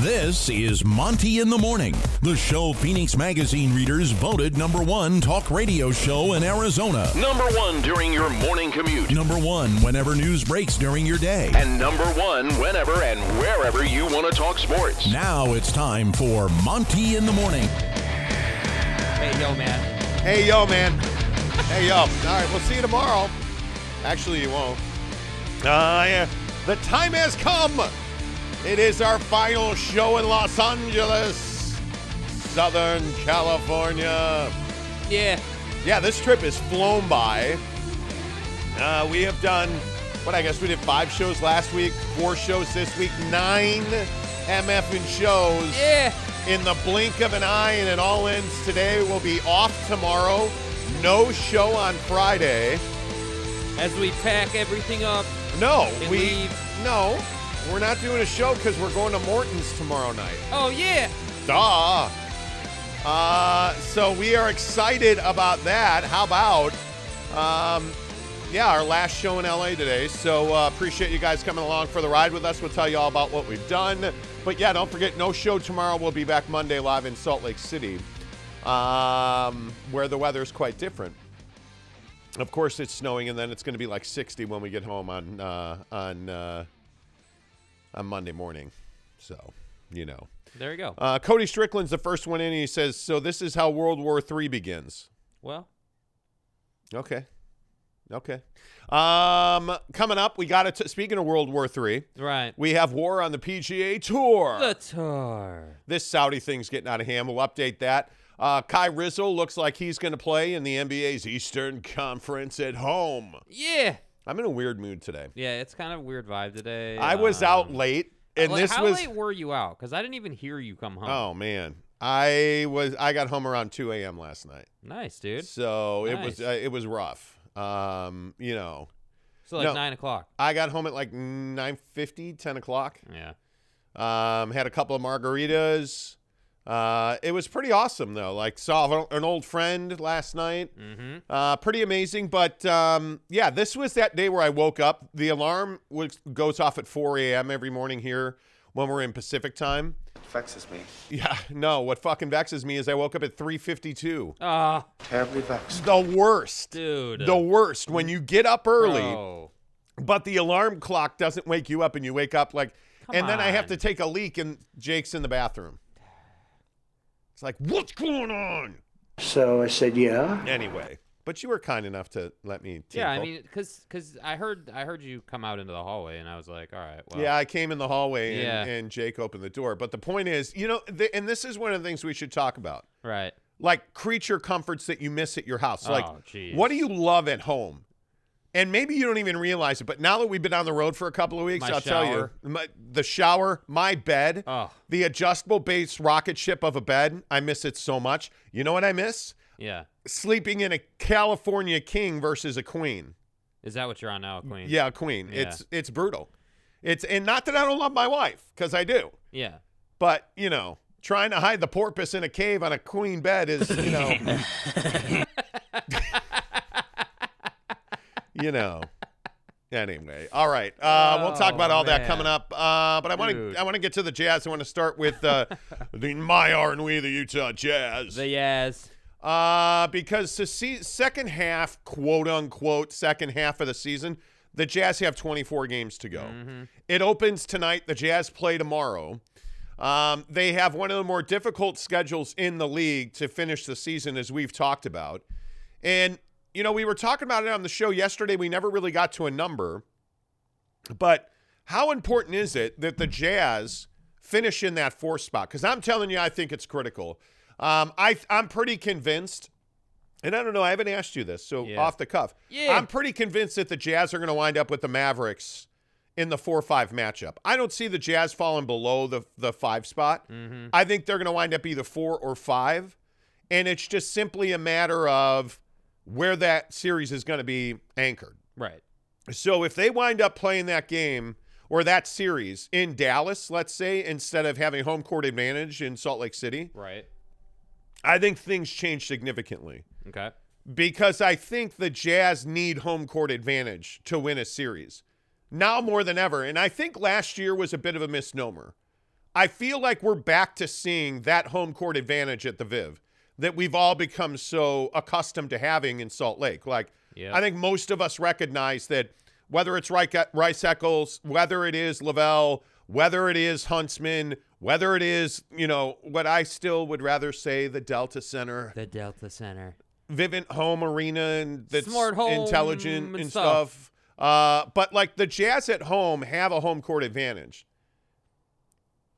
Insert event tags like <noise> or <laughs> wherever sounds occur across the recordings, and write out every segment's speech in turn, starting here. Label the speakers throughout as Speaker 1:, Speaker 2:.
Speaker 1: This is Monty in the Morning, the show Phoenix Magazine readers voted number one talk radio show in Arizona.
Speaker 2: Number one during your morning commute.
Speaker 1: Number one whenever news breaks during your day.
Speaker 2: And number one whenever and wherever you want to talk sports.
Speaker 1: Now it's time for Monty in the Morning.
Speaker 3: Hey, yo, man.
Speaker 4: Hey, yo, man. Hey, yo. All right, we'll see you tomorrow. Actually, you won't. Uh, yeah. The time has come. It is our final show in Los Angeles, Southern California.
Speaker 3: Yeah.
Speaker 4: Yeah, this trip has flown by. Uh, we have done, what I guess we did five shows last week, four shows this week, nine MF and shows
Speaker 3: Yeah.
Speaker 4: in the blink of an eye, and it all ends today. We'll be off tomorrow. No show on Friday.
Speaker 3: As we pack everything up,
Speaker 4: No,
Speaker 3: And
Speaker 4: we
Speaker 3: leave.
Speaker 4: no, we're not doing a show because we're going to Morton's tomorrow night.
Speaker 3: oh, yeah.
Speaker 4: Duh. Uh, so we are excited about that. How about, um, yeah, our last show in LA today. So uh, appreciate you guys coming along for the ride with us. We'll tell you all about what we've done. But yeah, don't forget, no show tomorrow. We'll be back Monday live in Salt Lake City, um, where the weather is quite different. Of course, it's snowing, and then it's going to be like 60 when we get home on uh, on uh, on Monday morning. So, you know.
Speaker 3: There you go.
Speaker 4: Uh, Cody Strickland's the first one in. And he says, "So this is how World War III begins."
Speaker 3: well,
Speaker 4: Okay, okay. Um, coming up, we got to. Speaking of World War III,
Speaker 3: right.
Speaker 4: we have war on the PGA Tour.
Speaker 3: The tar.
Speaker 4: this Saudi thing's getting out of hand. We'll update that. Uh, Kai Rizzo looks like he's going to play in the NBA's Eastern Conference at home.
Speaker 3: Yeah.
Speaker 4: I'm in a weird mood today.
Speaker 3: Yeah, it's kind of a weird vibe today.
Speaker 4: I was
Speaker 3: Um,
Speaker 4: out late, and
Speaker 3: like,
Speaker 4: this
Speaker 3: how
Speaker 4: was.
Speaker 3: late were you out? Because I didn't even hear you come home.
Speaker 4: Oh man, I was. I got home around 2 a.m. last night.
Speaker 3: Nice, dude.
Speaker 4: So it was
Speaker 3: Nice.
Speaker 4: uh, it was rough. Um, you know,
Speaker 3: So like
Speaker 4: no.
Speaker 3: nine o'clock.
Speaker 4: I got home at like 9:50, 10 o'clock.
Speaker 3: Yeah.
Speaker 4: Um, had a couple of margaritas. Uh, it was pretty awesome though. Like saw an- an old friend last night.
Speaker 3: Mm-hmm.
Speaker 4: Uh, pretty amazing. But um, yeah, this was that day where I woke up. The alarm was, goes off at 4 a.m. every morning here when we're in Pacific time.
Speaker 5: vexes me.
Speaker 4: Yeah, <laughs> no. What fucking vexes me is I woke up at 3:52.
Speaker 3: Ah,
Speaker 5: Terribly vexed.
Speaker 4: The worst.
Speaker 3: dude.
Speaker 4: The worst when you get up early.
Speaker 3: Bro.
Speaker 4: but the alarm clock doesn't wake you up and you wake up like
Speaker 3: Come
Speaker 4: and then i have
Speaker 3: on.
Speaker 4: to take a leak and jake's in the bathroom it's like what's going on
Speaker 6: So I said, yeah.
Speaker 4: anyway but you were kind enough to let me tinkle.
Speaker 3: Yeah, I mean, cause, 'cause I heard, I heard you come out into the hallway, and I was like, all right, well,
Speaker 4: yeah i came in the hallway and,
Speaker 3: Yeah.
Speaker 4: and jake opened the door but the point is you know th- and this is one of the things we should talk about
Speaker 3: right.
Speaker 4: like creature comforts that you miss at your house like
Speaker 3: Oh, jeez.
Speaker 4: what do you love at home and maybe you don't even realize it but now that we've been on the road for a couple of weeks
Speaker 3: My
Speaker 4: i'll tell
Speaker 3: shower.
Speaker 4: you my, the shower my bed
Speaker 3: Oh,
Speaker 4: The adjustable base rocket ship of a bed, I miss it so much. You know what I miss?
Speaker 3: yeah.
Speaker 4: Sleeping in a California king versus a queen.
Speaker 3: Is that what you're on now, Queen?
Speaker 4: Yeah, a queen.
Speaker 3: Yeah.
Speaker 4: It's it's brutal. It's and not that I don't love my wife, because I do.
Speaker 3: Yeah.
Speaker 4: But you know, trying to hide the porpoise in a cave on a queen bed is,
Speaker 3: <laughs>
Speaker 4: you know. you know. Anyway, all right. Uh, we'll talk about
Speaker 3: Oh,
Speaker 4: all that
Speaker 3: man.
Speaker 4: coming up. Uh, but I want
Speaker 3: Dude.
Speaker 4: to I want to get to the Jazz. I want to start with uh, the my aren't we the Utah Jazz?
Speaker 3: The yes.
Speaker 4: Uh, because the se- second half, quote unquote, second half of the season, the Jazz have 24 games to go. It opens tonight. The Jazz play tomorrow. Um, they have one of the more difficult schedules in the league to finish the season, as we've talked about. And, you know, we were talking about it on the show yesterday. We never really got to a number. But how important is it that the Jazz finish in that fourth spot? Because I'm telling you, I think it's critical. Um, I I'm pretty convinced, and I don't know. I haven't asked you this, so
Speaker 3: Yeah.
Speaker 4: off the cuff,
Speaker 3: Yeah.
Speaker 4: I'm pretty convinced that the Jazz are going to wind up with the Mavericks in the four five matchup. I don't see the Jazz falling below the the five spot.
Speaker 3: Mm-hmm.
Speaker 4: I think they're going to wind up either four or five, and it's just simply a matter of where that series is going to be anchored.
Speaker 3: Right.
Speaker 4: So if they wind up playing that game or that series in Dallas, let's say, instead of having home court advantage in Salt Lake City,
Speaker 3: Right.
Speaker 4: I think things change significantly
Speaker 3: Okay.
Speaker 4: because I think the Jazz need home court advantage to win a series now more than ever. And I think last year was a bit of a misnomer. I feel like we're back to seeing that home court advantage at the Viv that we've all become so accustomed to having in Salt Lake. Like,
Speaker 3: Yeah.
Speaker 4: I think most of us recognize that whether it's Rike- Rice Eccles, whether it is Lavelle, whether it is Huntsman, whether it is, you know, what I still would rather say the Delta Center,
Speaker 3: The Delta Center.
Speaker 4: Vivint Home Arena, and that's
Speaker 3: Smart home
Speaker 4: intelligent
Speaker 3: and
Speaker 4: and
Speaker 3: stuff.
Speaker 4: stuff. Uh, but like the Jazz at home have a home court advantage.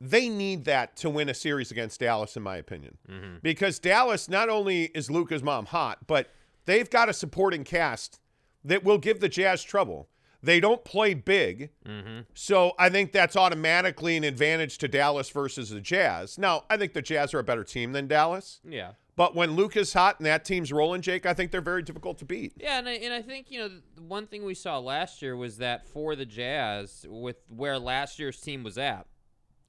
Speaker 4: They need that to win a series against Dallas, in my opinion,
Speaker 3: Mm-hmm.
Speaker 4: because Dallas not only is Luca's mom hot, but they've got a supporting cast that will give the Jazz trouble. They don't play big.
Speaker 3: Mm-hmm.
Speaker 4: So I think that's automatically an advantage to Dallas versus the Jazz. Now, I think the Jazz are a better team than Dallas.
Speaker 3: Yeah.
Speaker 4: But when Luca's hot and that team's rolling, Jake, I think they're very difficult to beat.
Speaker 3: Yeah, and I, and I think you know the one thing we saw last year was that for the Jazz, with where last year's team was at,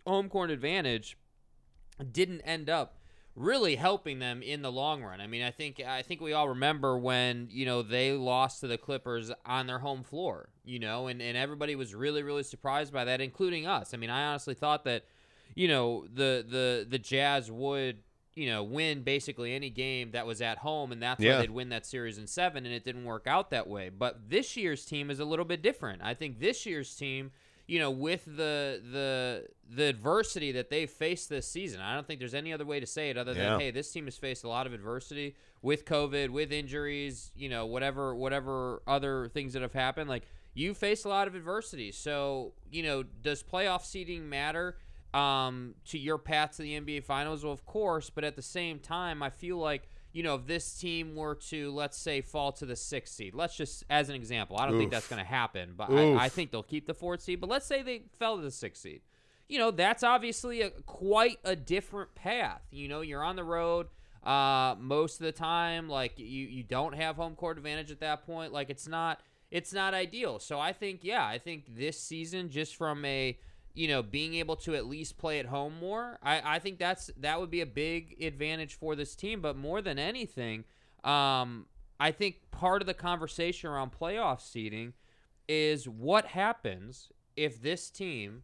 Speaker 3: home court advantage didn't end up really helping them in the long run. I mean, I think I think we all remember when you know they lost to the Clippers on their home floor, you know, and and everybody was really really surprised by that, including us. I mean, I honestly thought that you know the the the Jazz would you know win basically any game that was at home, and that's
Speaker 4: Yeah.
Speaker 3: why they'd win that series in seven, and it didn't work out that way. But this year's team is a little bit different. I think this year's team. You know, with the the the adversity that they faced this season, I don't think there's any other way to say it other than
Speaker 4: Yeah.
Speaker 3: hey, this team has faced a lot of adversity with COVID, with injuries, you know, whatever whatever other things that have happened. Like you face a lot of adversity. So, you know, does playoff seeding matter um, to your path to the NBA finals? Well, of course, but at the same time, I feel like you know, if this team were to, let's say, fall to the sixth seed, let's just, as an example, I don't think that's going to happen, but I, I think they'll keep the fourth seed. But let's say they fell to the sixth seed you know that's obviously a quite a different path you know you're on the road uh most of the time like you you don't have home court advantage at that point like it's not it's not ideal so i think yeah i think this season just from a you know being able to at least play at home more i i think that's that would be a big advantage for this team but more than anything um i think part of the conversation around playoff seeding is what happens if this team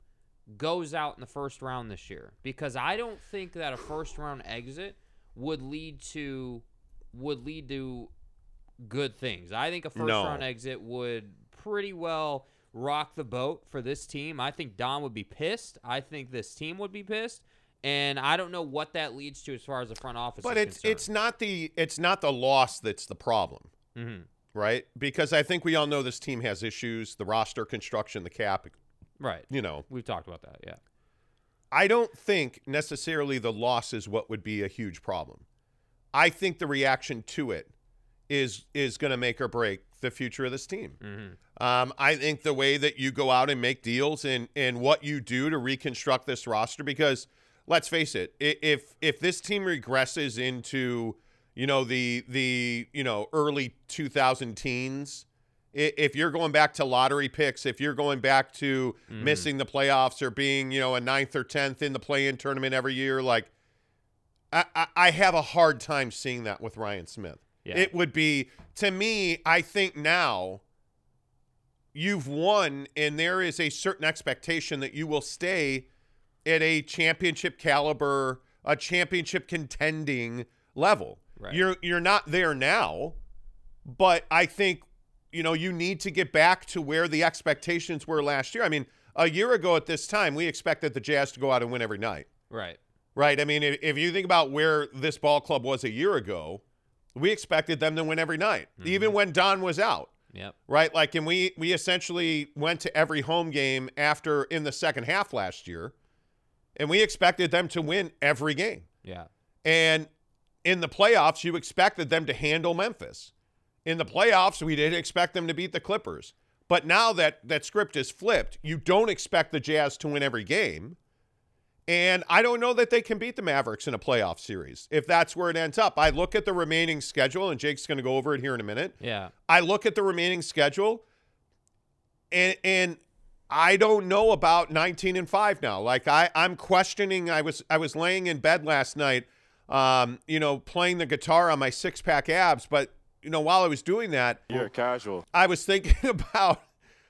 Speaker 3: goes out in the first round this year because I don't think that a first round exit would lead to would lead to good things. I think a first
Speaker 4: No.
Speaker 3: round exit would pretty well rock the boat for this team. I think Don would be pissed. I think this team would be pissed. And I don't know what that leads to as far as the front office.
Speaker 4: But
Speaker 3: is
Speaker 4: it's it's not the it's not the loss that's the problem,
Speaker 3: hmm
Speaker 4: right? Because I think we all know this team has issues, the roster construction, the cap,
Speaker 3: Mm-hmm. right.
Speaker 4: you know.
Speaker 3: We've talked about that. Yeah.
Speaker 4: I don't think necessarily the loss is what would be a huge problem. I think the reaction to it is is going to make or break the future of this team. Um, I think the way that you go out and make deals and and what you do to reconstruct this roster, because let's face it, i- if if this team regresses into you know the the you know early 2000 teens, i- if you're going back to lottery picks, if you're going back to missing the playoffs or being you know a ninth or tenth in the play-in tournament every year, like I, I- I have a hard time seeing that with Ryan Smith.
Speaker 3: Yeah.
Speaker 4: It would be to me. I think now you've won, and there is a certain expectation that you will stay at a championship caliber, a championship contending level.
Speaker 3: Right.
Speaker 4: You're you're not there now, but I think you know you need to get back to where the expectations were last year. I mean, a year ago at this time, we expected the Jazz to go out and win every night.
Speaker 3: Right.
Speaker 4: Right. I mean, if, if you think about where this ball club was a year ago, we expected them to win every night, even when Don was out.
Speaker 3: Yep.
Speaker 4: Right. Like, and we we essentially went to every home game after in the second half last year, and we expected them to win every game.
Speaker 3: Yeah.
Speaker 4: And in the playoffs, you expected them to handle Memphis. In the playoffs, we didn't expect them to beat the Clippers. But now that that script is flipped, you don't expect the Jazz to win every game. And I don't know that they can beat the Mavericks in a playoff series if that's where it ends up. I look at the remaining schedule, and Jake's going to go over it here in a minute.
Speaker 3: Yeah.
Speaker 4: I look at the remaining schedule, and and I don't know about 19 and five now. Like I I'm questioning. I was I was laying in bed last night, um, you know, playing the guitar on my six pack abs. But you know, while I was doing that,
Speaker 5: You're a casual.
Speaker 4: I was thinking <laughs> about.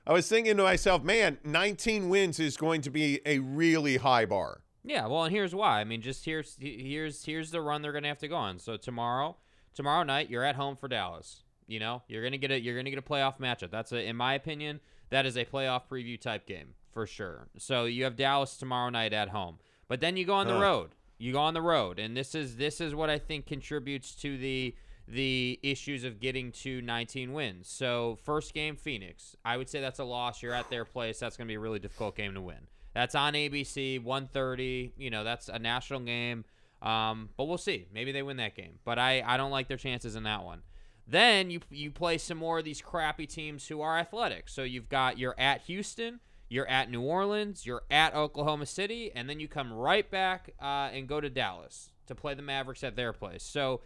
Speaker 4: I was thinking to myself, man, 19 wins is going to be a really high bar.
Speaker 3: Yeah, well, and here's why. I mean, just here's he- here's here's the run they're gonna have to go on. So tomorrow, tomorrow night, you're at home for Dallas. You know, you're gonna get a you're gonna get a playoff matchup. That's a, in my opinion, that is a playoff preview type game for sure. So you have Dallas tomorrow night at home, but then you go on the road. You go on the road, and this is this is what I think contributes to the the issues of getting to 19 wins. So first game, Phoenix. I would say that's a loss. You're at their place. That's gonna be a really difficult game to win. That's on ABC, 1:30. You know, that's a national game. Um, but we'll see. Maybe they win that game. But I, I don't like their chances in that one. Then you you play some more of these crappy teams who are athletic. So you've got you're at Houston, you're at New Orleans, you're at Oklahoma City, and then you come right back uh, and go to Dallas to play the Mavericks at their place. So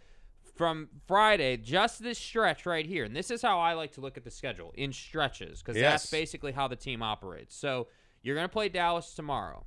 Speaker 3: from Friday, just this stretch right here, and this is how I like to look at the schedule in stretches because that's
Speaker 4: Yes.
Speaker 3: basically how the team operates. So you're going to play Dallas tomorrow.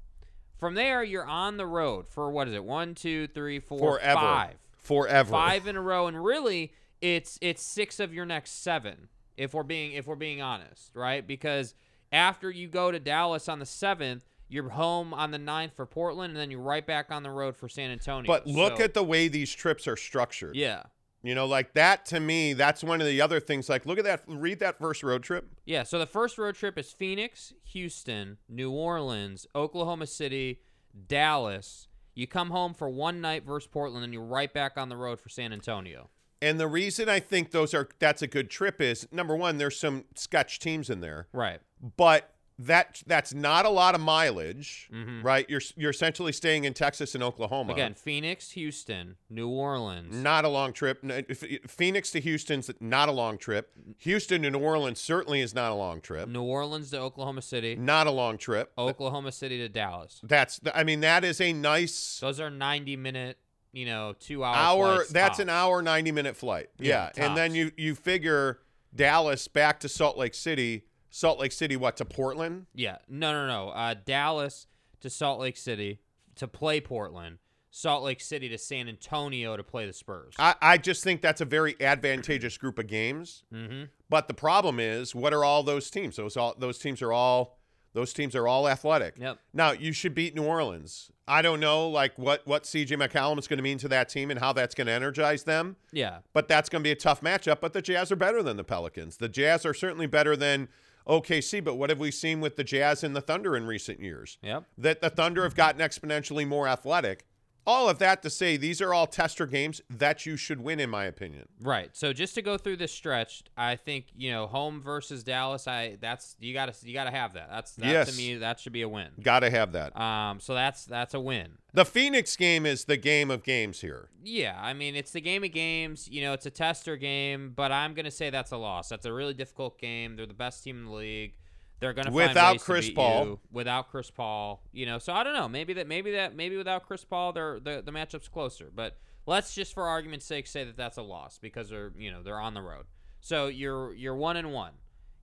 Speaker 3: From there, you're on the road for what is it? One, two, three, four,
Speaker 4: Forever.
Speaker 3: five
Speaker 4: Forever.
Speaker 3: five in a row and really it's it's six of your next seven if we're being if we're being honest right because after you go to dallas on the seventh you're home on the ninth for portland and then you're right back on the road for san antonio
Speaker 4: But look
Speaker 3: So-
Speaker 4: at the way these trips are structured.
Speaker 3: yeah
Speaker 4: You know, like that to me, that's one of the other things. Like, look at that. Read that first road trip.
Speaker 3: yeah so the first road trip is phoenix houston new orleans oklahoma city dallas you come home for one night versus portland and you're right back on the road for san antonio
Speaker 4: And the reason I think those are that's a good trip is number one, there's some sketch teams in there,
Speaker 3: right
Speaker 4: but that that's not a lot of mileage, right? You're you're essentially staying in Texas and Oklahoma.
Speaker 3: again phoenix houston new orleans
Speaker 4: not a long trip. N- if- if Phoenix to Houston's not a long trip. Houston to New Orleans certainly is not a long trip.
Speaker 3: New Orleans to Oklahoma City,
Speaker 4: Not a long trip.
Speaker 3: Oklahoma City to Dallas.
Speaker 4: That's I mean that is a nice
Speaker 3: Those are 90 minute, you know, two hour.
Speaker 4: hour
Speaker 3: flights
Speaker 4: that's
Speaker 3: tops.
Speaker 4: an hour 90 minute flight yeah,
Speaker 3: Yeah,
Speaker 4: and then
Speaker 3: tops.
Speaker 4: you you figure dallas back to salt lake city salt lake city what to portland
Speaker 3: Yeah. No, no, no. Uh, Dallas to Salt Lake City to play Portland, Salt Lake City to San Antonio to play the Spurs.
Speaker 4: i, I just think that's a very advantageous group of games
Speaker 3: mm-hmm.
Speaker 4: but the problem is what are all those teams those all those teams are all those teams are all athletic
Speaker 3: Yep.
Speaker 4: now you should beat new orleans i don't know like what what cj mccallum is going to mean to that team and how that's going to energize them
Speaker 3: Yeah.
Speaker 4: but that's going to be a tough matchup. But the Jazz are better than the Pelicans. The Jazz are certainly better than OKC. But what have we seen with the Jazz and the Thunder in recent years?
Speaker 3: Yep.
Speaker 4: That the Thunder have gotten exponentially more athletic. All of that to say, these are all tester games that you should win, in my opinion.
Speaker 3: Right. So just to go through this stretch, I think you know home versus Dallas. I that's you gotta you gotta have that. That's that
Speaker 4: Yes.
Speaker 3: to me that should be a win.
Speaker 4: Got to have that.
Speaker 3: Um. So that's that's a win.
Speaker 4: The Phoenix game is the game of games here.
Speaker 3: Yeah, I mean it's the game of games. You know, it's a tester game, but I'm gonna say that's a loss. That's a really difficult game. They're the best team in the league. They're gonna find
Speaker 4: Without
Speaker 3: ways to
Speaker 4: Chris
Speaker 3: beat
Speaker 4: Paul.
Speaker 3: you. Without Chris Paul, you know. So I don't know. Maybe that. Maybe that. Maybe without Chris Paul, they're the the matchup's closer. But let's just for argument's sake say that that's a loss because they're you know they're on the road. So you're you're one and one.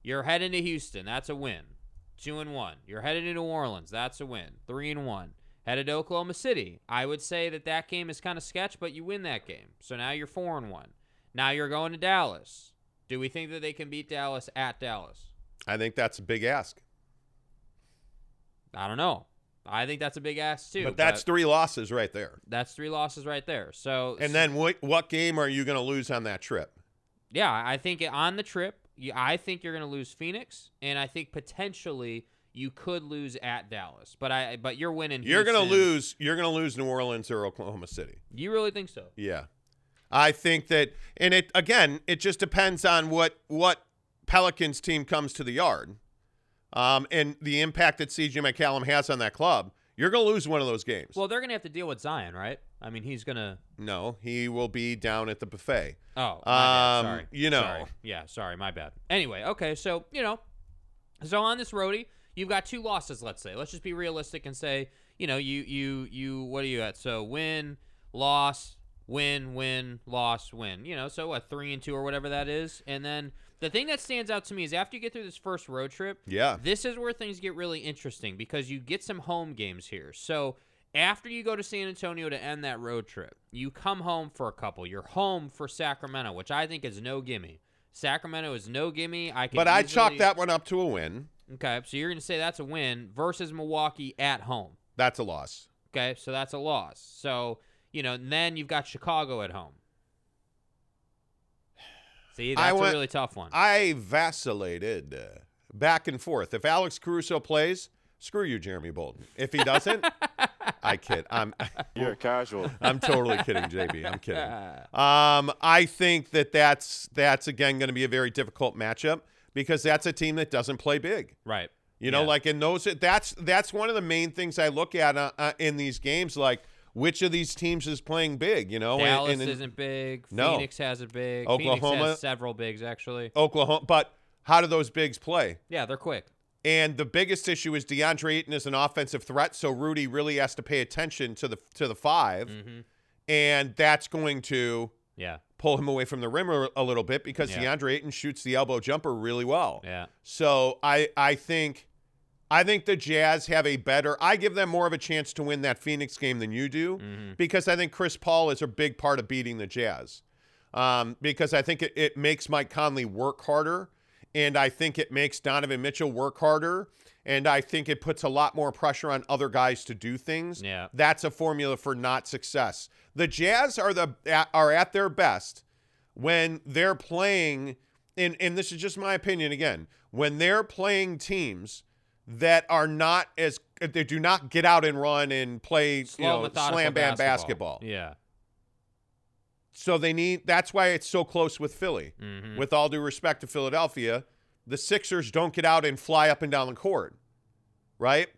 Speaker 3: You're heading to Houston. That's a win. Two and one. You're headed to New Orleans. That's a win. Three and one. Headed to Oklahoma City. I would say that that game is kind of sketch, but you win that game. So now you're four and one. Now you're going to Dallas. Do we think that they can beat Dallas at Dallas?
Speaker 4: I think that's a big ask.
Speaker 3: I don't know. I think that's a big ass too.
Speaker 4: but that's three losses right there.
Speaker 3: that's three losses right there. So
Speaker 4: And then what, what game are you going to lose on that trip?
Speaker 3: Yeah, I think on the trip, you, I think you're going to lose Phoenix, and I think potentially you could lose at Dallas. But I, but you're winning.
Speaker 4: You're going to
Speaker 3: Houston.
Speaker 4: lose. You're going to lose New Orleans or Oklahoma City.
Speaker 3: You really think so?
Speaker 4: Yeah. I think that and it again, it just depends on what what Pelicans team comes to the yard. Um, and the impact that CJ McCallum has on that club. You're gonna lose one of those games.
Speaker 3: Well, they're going to have to deal with Zion, right? I mean, he's going to.
Speaker 4: no, he will be down at the buffet.
Speaker 3: Oh, my bad.
Speaker 4: Um,
Speaker 3: sorry.
Speaker 4: you know.
Speaker 3: Sorry. Yeah, sorry, my bad. Anyway, okay, so you know, so on this roadie, you've got two losses. Let's say, let's just be realistic and say, you know, you you you, what are you at? So win, loss, win, win, loss, win. You know, so what, three and two or whatever that is, and then the thing that stands out to me is after you get through this first road trip,
Speaker 4: Yeah.
Speaker 3: this is where things get really interesting because you get some home games here. So after you go to San Antonio to end that road trip, you come home for a couple. You're home for Sacramento, which I think is no gimme. Sacramento is no gimme. I can
Speaker 4: But I chalk
Speaker 3: easily-
Speaker 4: that one up to a win.
Speaker 3: Okay, so you're gonna say that's a win versus Milwaukee at home.
Speaker 4: That's a loss.
Speaker 3: Okay, so that's a loss. So you know, and then you've got Chicago at home. See,
Speaker 4: <sighs> I
Speaker 3: that's
Speaker 4: went-
Speaker 3: a really tough one.
Speaker 4: I vacillated uh, back and forth. If Alex Caruso plays, screw you, Jeremy Bolton. If he
Speaker 3: <laughs>
Speaker 4: doesn't, I kid. I'm
Speaker 7: You're casual.
Speaker 4: I'm totally kidding, JB.
Speaker 3: <laughs>
Speaker 4: I'm kidding. Um, I think that that's that's again going to be a very difficult matchup because that's a team that doesn't play big.
Speaker 3: right.
Speaker 4: You know,
Speaker 3: Yeah.
Speaker 4: like in those, that's that's one of the main things I look at uh, uh, in these games, like which of these teams is playing big. You know, And-
Speaker 3: Dallas
Speaker 4: Oh, and, and
Speaker 3: isn't big.
Speaker 4: No.
Speaker 3: Phoenix has a big. Phoenix
Speaker 4: Oklahoma-
Speaker 3: has several bigs actually.
Speaker 4: Oklahoma, but how do those bigs play?
Speaker 3: Yeah, they're quick.
Speaker 4: And the biggest issue is DeAndre Ayton is an offensive threat, so Rudy really has to pay attention to the to the 5
Speaker 3: Mm-hmm.
Speaker 4: and that's going to
Speaker 3: Yeah,
Speaker 4: pull him away from the rim a, a little bit because
Speaker 3: Yeah.
Speaker 4: DeAndre Ayton shoots the elbow jumper really well.
Speaker 3: yeah.
Speaker 4: So I I think I think the Jazz have a better I give them more of a chance to win that Phoenix game than you do because I think Chris Paul is a big part of beating the Jazz. Um, because I think it, it makes Mike Conley work harder and I think it makes Donovan Mitchell work harder and I think it puts a lot more pressure on other guys to do things.
Speaker 3: Yeah.
Speaker 4: That's a formula for not success. The Jazz are the are at their best when they're playing and and this is just my opinion again when they're playing teams that are not as they do not get out and run and play
Speaker 3: Slow,
Speaker 4: you know,
Speaker 3: methodical
Speaker 4: slam bam
Speaker 3: basketball.
Speaker 4: basketball,
Speaker 3: Yeah.
Speaker 4: so they need that's why it's so close with philly with all due respect to philadelphia the sixers don't get out and fly up and down the court right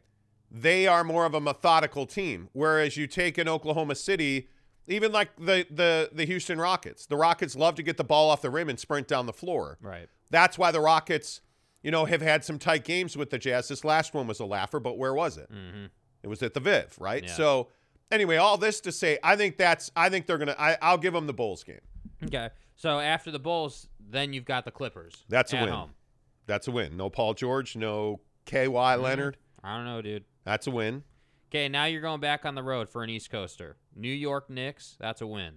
Speaker 4: they are more of a methodical team whereas you take an oklahoma city even like the the the houston rockets the rockets love to get the ball off the rim and sprint down the floor
Speaker 3: Right.
Speaker 4: that's why the Rockets, you know, have had some tight games with the Jazz. This last one was a laugher, but where was it? Mm-hmm. It was at the Viv, right?
Speaker 3: Yeah.
Speaker 4: So, anyway, all this to say, I think that's, I think they're gonna, I, I'll give them the Bulls game.
Speaker 3: Okay. So after the Bulls, then you've got the Clippers.
Speaker 4: That's a
Speaker 3: at
Speaker 4: win.
Speaker 3: home.
Speaker 4: That's a win. No Paul George, no KY Leonard.
Speaker 3: I don't know, dude.
Speaker 4: That's a win.
Speaker 3: Okay, now you're going back on the road for an East Coaster. New York Knicks, that's a win.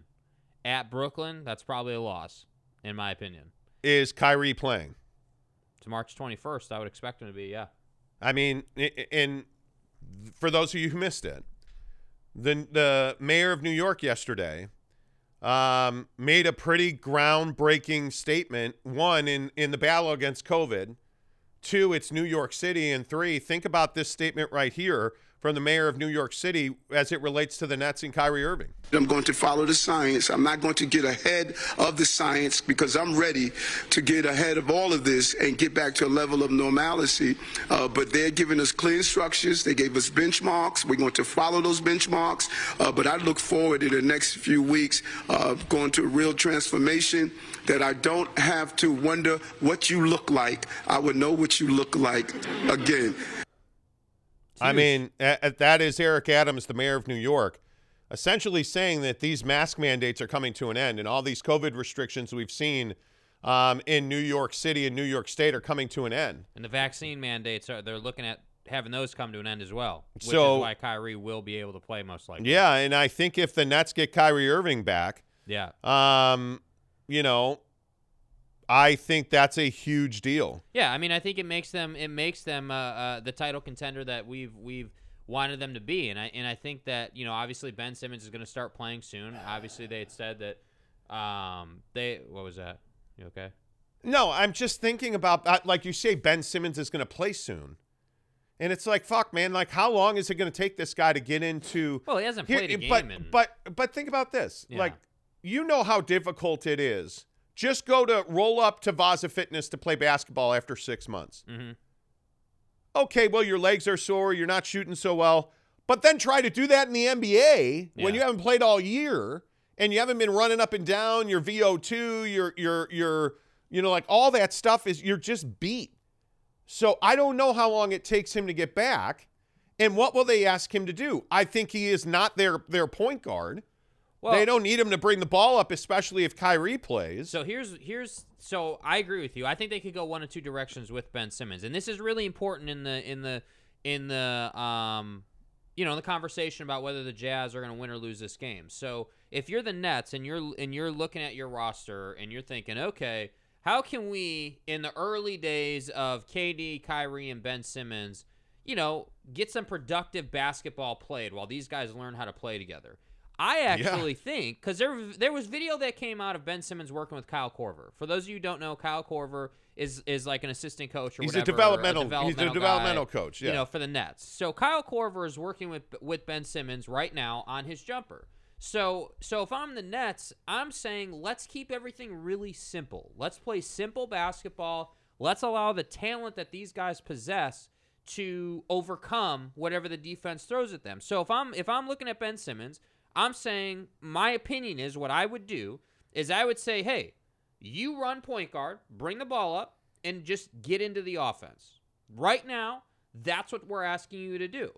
Speaker 3: At Brooklyn, that's probably a loss, in my opinion.
Speaker 4: Is Kyrie playing?
Speaker 3: It's March 21st. I would expect him to be, yeah.
Speaker 4: I mean, i- i- and for those of you who missed it, the the mayor of New York yesterday um, made a pretty groundbreaking statement. One in in the battle against COVID. Two, it's New York City, and three, think about this statement right here from the mayor of New York City as it relates to the Nets and Kyrie Irving.
Speaker 8: I'm going to follow the science. I'm not going to get ahead of the science because I'm ready to get ahead of all of this and get back to a level of normalcy. Uh, but they're giving us clear instructions. They gave us benchmarks. We're going to follow those benchmarks. Uh, but I look forward in the next few weeks uh, going to a real transformation that I don't have to wonder what you look like. I would know what you look like again.
Speaker 4: I mean, a- a- that is Eric Adams, the mayor of New York, essentially saying that these mask mandates are coming to an end and all these COVID restrictions we've seen um, in New York City and New York State are coming to an end.
Speaker 3: And the vaccine mandates, are they're looking at having those come to an end as well, which
Speaker 4: So-
Speaker 3: is why Kyrie will be able to play most likely.
Speaker 4: Yeah, and I think if the Nets get Kyrie Irving back,
Speaker 3: Yeah.
Speaker 4: um, you know, I think that's a huge deal.
Speaker 3: Yeah, I mean, I think it makes them it makes them uh, uh, the title contender that we've we've wanted them to be, and I and I think that you know obviously Ben Simmons is going to start playing soon. Obviously, they had said that um, they what was that? You okay?
Speaker 4: No, I'm just thinking about uh, like you say, Ben Simmons is going to play soon, and it's like fuck, man. Like, how long is it going to take this guy to get into?
Speaker 3: Well, he hasn't
Speaker 4: Here-
Speaker 3: played a game,
Speaker 4: but
Speaker 3: in-
Speaker 4: but but think about this.
Speaker 3: Yeah.
Speaker 4: Like, you know how difficult it is. Just go to roll up to Vaza Fitness to play basketball after six months.
Speaker 3: Mhm.
Speaker 4: Okay, well, your legs are sore. You're not shooting so well. But then try to do that in the NBA when
Speaker 3: Yeah.
Speaker 4: you haven't played all year and you haven't been running up and down your VO2, your your your you know like all that stuff is you're just beat. So I don't know how long it takes him to get back and what will they ask him to do? I think he is not their their point guard.
Speaker 3: Well-
Speaker 4: they don't need him to bring the ball up especially if Kyrie plays.
Speaker 3: So here's here's so I agree with you. I think they could go one of two directions with Ben Simmons, and this is really important in the in the in the um you know in the conversation about whether the Jazz are going to win or lose this game. So if you're the Nets and you're and you're looking at your roster and you're thinking, okay, how can we in the early days of KD, Kyrie, and Ben Simmons you know, get some productive basketball played while these guys learn how to play together. I actually think because there there was video that came out of Ben Simmons working with Kyle Corver. For those of you who don't know, Kyle Corver is is like an assistant coach or
Speaker 4: He's a
Speaker 3: whatever,
Speaker 4: developmental- he's a
Speaker 3: developmental guy,
Speaker 4: developmental coach, yeah.
Speaker 3: You know, for the Nets. So Kyle Corver is working with with Ben Simmons right now on his jumper. So so if I'm the Nets, I'm saying let's keep everything really simple. Let's play simple basketball. Let's allow the talent that these guys possess to overcome whatever the defense throws at them. So if I'm if I'm looking at Ben Simmons, I'm saying my opinion is what I would do is I would say, "Hey, you run point guard, bring the ball up and just get into the offense." Right now, that's what we're asking you to do.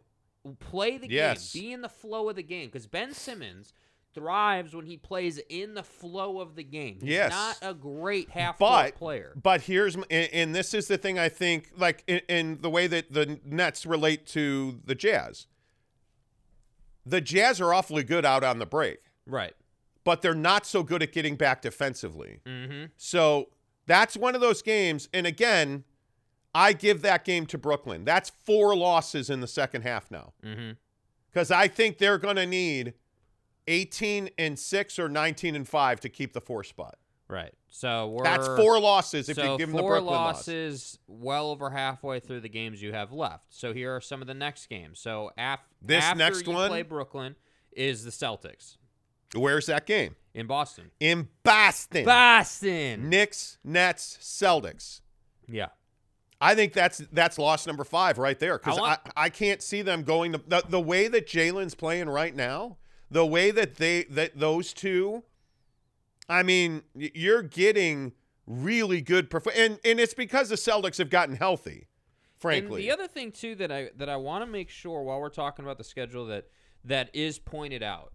Speaker 3: Play the
Speaker 4: Yes.
Speaker 3: game, be in the flow of the game because Ben Simmons thrives when he plays in the flow of the game. He's
Speaker 4: Yes.
Speaker 3: not a great half
Speaker 4: but
Speaker 3: court player.
Speaker 4: But here's m- and, and this is the thing I think like in, in the way that the Nets relate to the Jazz. The Jazz are awfully good out on the break,
Speaker 3: right.
Speaker 4: but they're not so good at getting back defensively.
Speaker 3: Mm-hmm.
Speaker 4: So that's one of those games. And again, I give that game to Brooklyn. That's four losses in the second half now.
Speaker 3: Mm-hmm.
Speaker 4: Because I think they're going to need 18 and 6 or 19 and 5 to keep the four spot.
Speaker 3: Right. So we're
Speaker 4: That's four losses if
Speaker 3: so
Speaker 4: you give them
Speaker 3: four
Speaker 4: the Brooklyn loss.
Speaker 3: losses, well over halfway through the games you have left. So here are some of the next games. So af-
Speaker 4: This
Speaker 3: after
Speaker 4: next
Speaker 3: you
Speaker 4: one?
Speaker 3: play Brooklyn is the Celtics
Speaker 4: Where's that game?
Speaker 3: in Boston.
Speaker 4: In Boston.
Speaker 3: Boston.
Speaker 4: Knicks, Nets, Celtics.
Speaker 3: yeah.
Speaker 4: I think that's that's loss number five right there because
Speaker 3: I
Speaker 4: I,
Speaker 3: want-
Speaker 4: I, can't see them going to the, the way that Jalen's playing right now. The way that they that those two, I mean, y- you're getting really good perform, and and it's because the Celtics have gotten healthy. Frankly,
Speaker 3: And the other thing too that I that I want to make sure while we're talking about the schedule that that is pointed out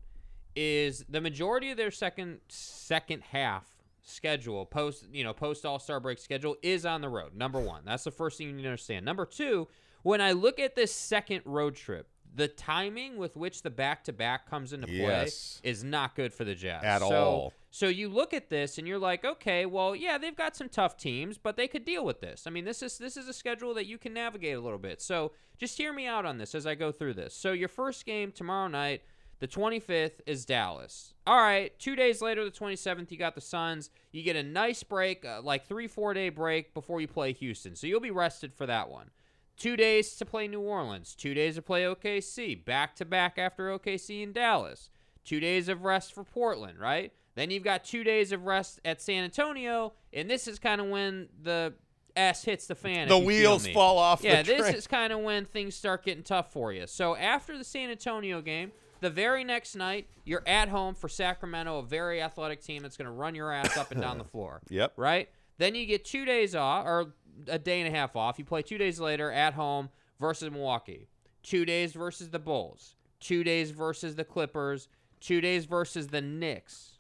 Speaker 3: is the majority of their second second half schedule post you know post All Star break schedule is on the road. Number one, that's the first thing you need to understand. Number two, when I look at this second road trip, the timing with which the back to back comes into play
Speaker 4: Yes.
Speaker 3: is not good for the Jazz
Speaker 4: At
Speaker 3: So-
Speaker 4: all.
Speaker 3: so you look at this and you're like, okay, well, yeah, they've got some tough teams, but they could deal with this. I mean, this is this is a schedule that you can navigate a little bit. So just hear me out on this as I go through this. So your first game tomorrow night, the 25th is Dallas. All right, 2 days later the 27th you got the Suns. You get a nice break, uh, like 3-4 day break before you play Houston. So you'll be rested for that one. Two days to play New Orleans. Two days to play OKC. Back to back after OKC in Dallas. Two days of rest for Portland, right? Then you've got two days of rest at San Antonio, and this is kind of when the ass hits the fan. if
Speaker 4: The
Speaker 3: you feel
Speaker 4: wheels
Speaker 3: me.
Speaker 4: fall off the
Speaker 3: Yeah, this
Speaker 4: train.
Speaker 3: is kind of when things start getting tough for you. So after the San Antonio game, the very next night, you're at home for Sacramento, a very athletic team that's going to run your ass up and down the floor
Speaker 4: Yep.
Speaker 3: right? Then you get two days off or a day and a half off. You play two days later at home versus Milwaukee. Two days versus the Bulls. Two days versus the Clippers. Two days versus the Knicks.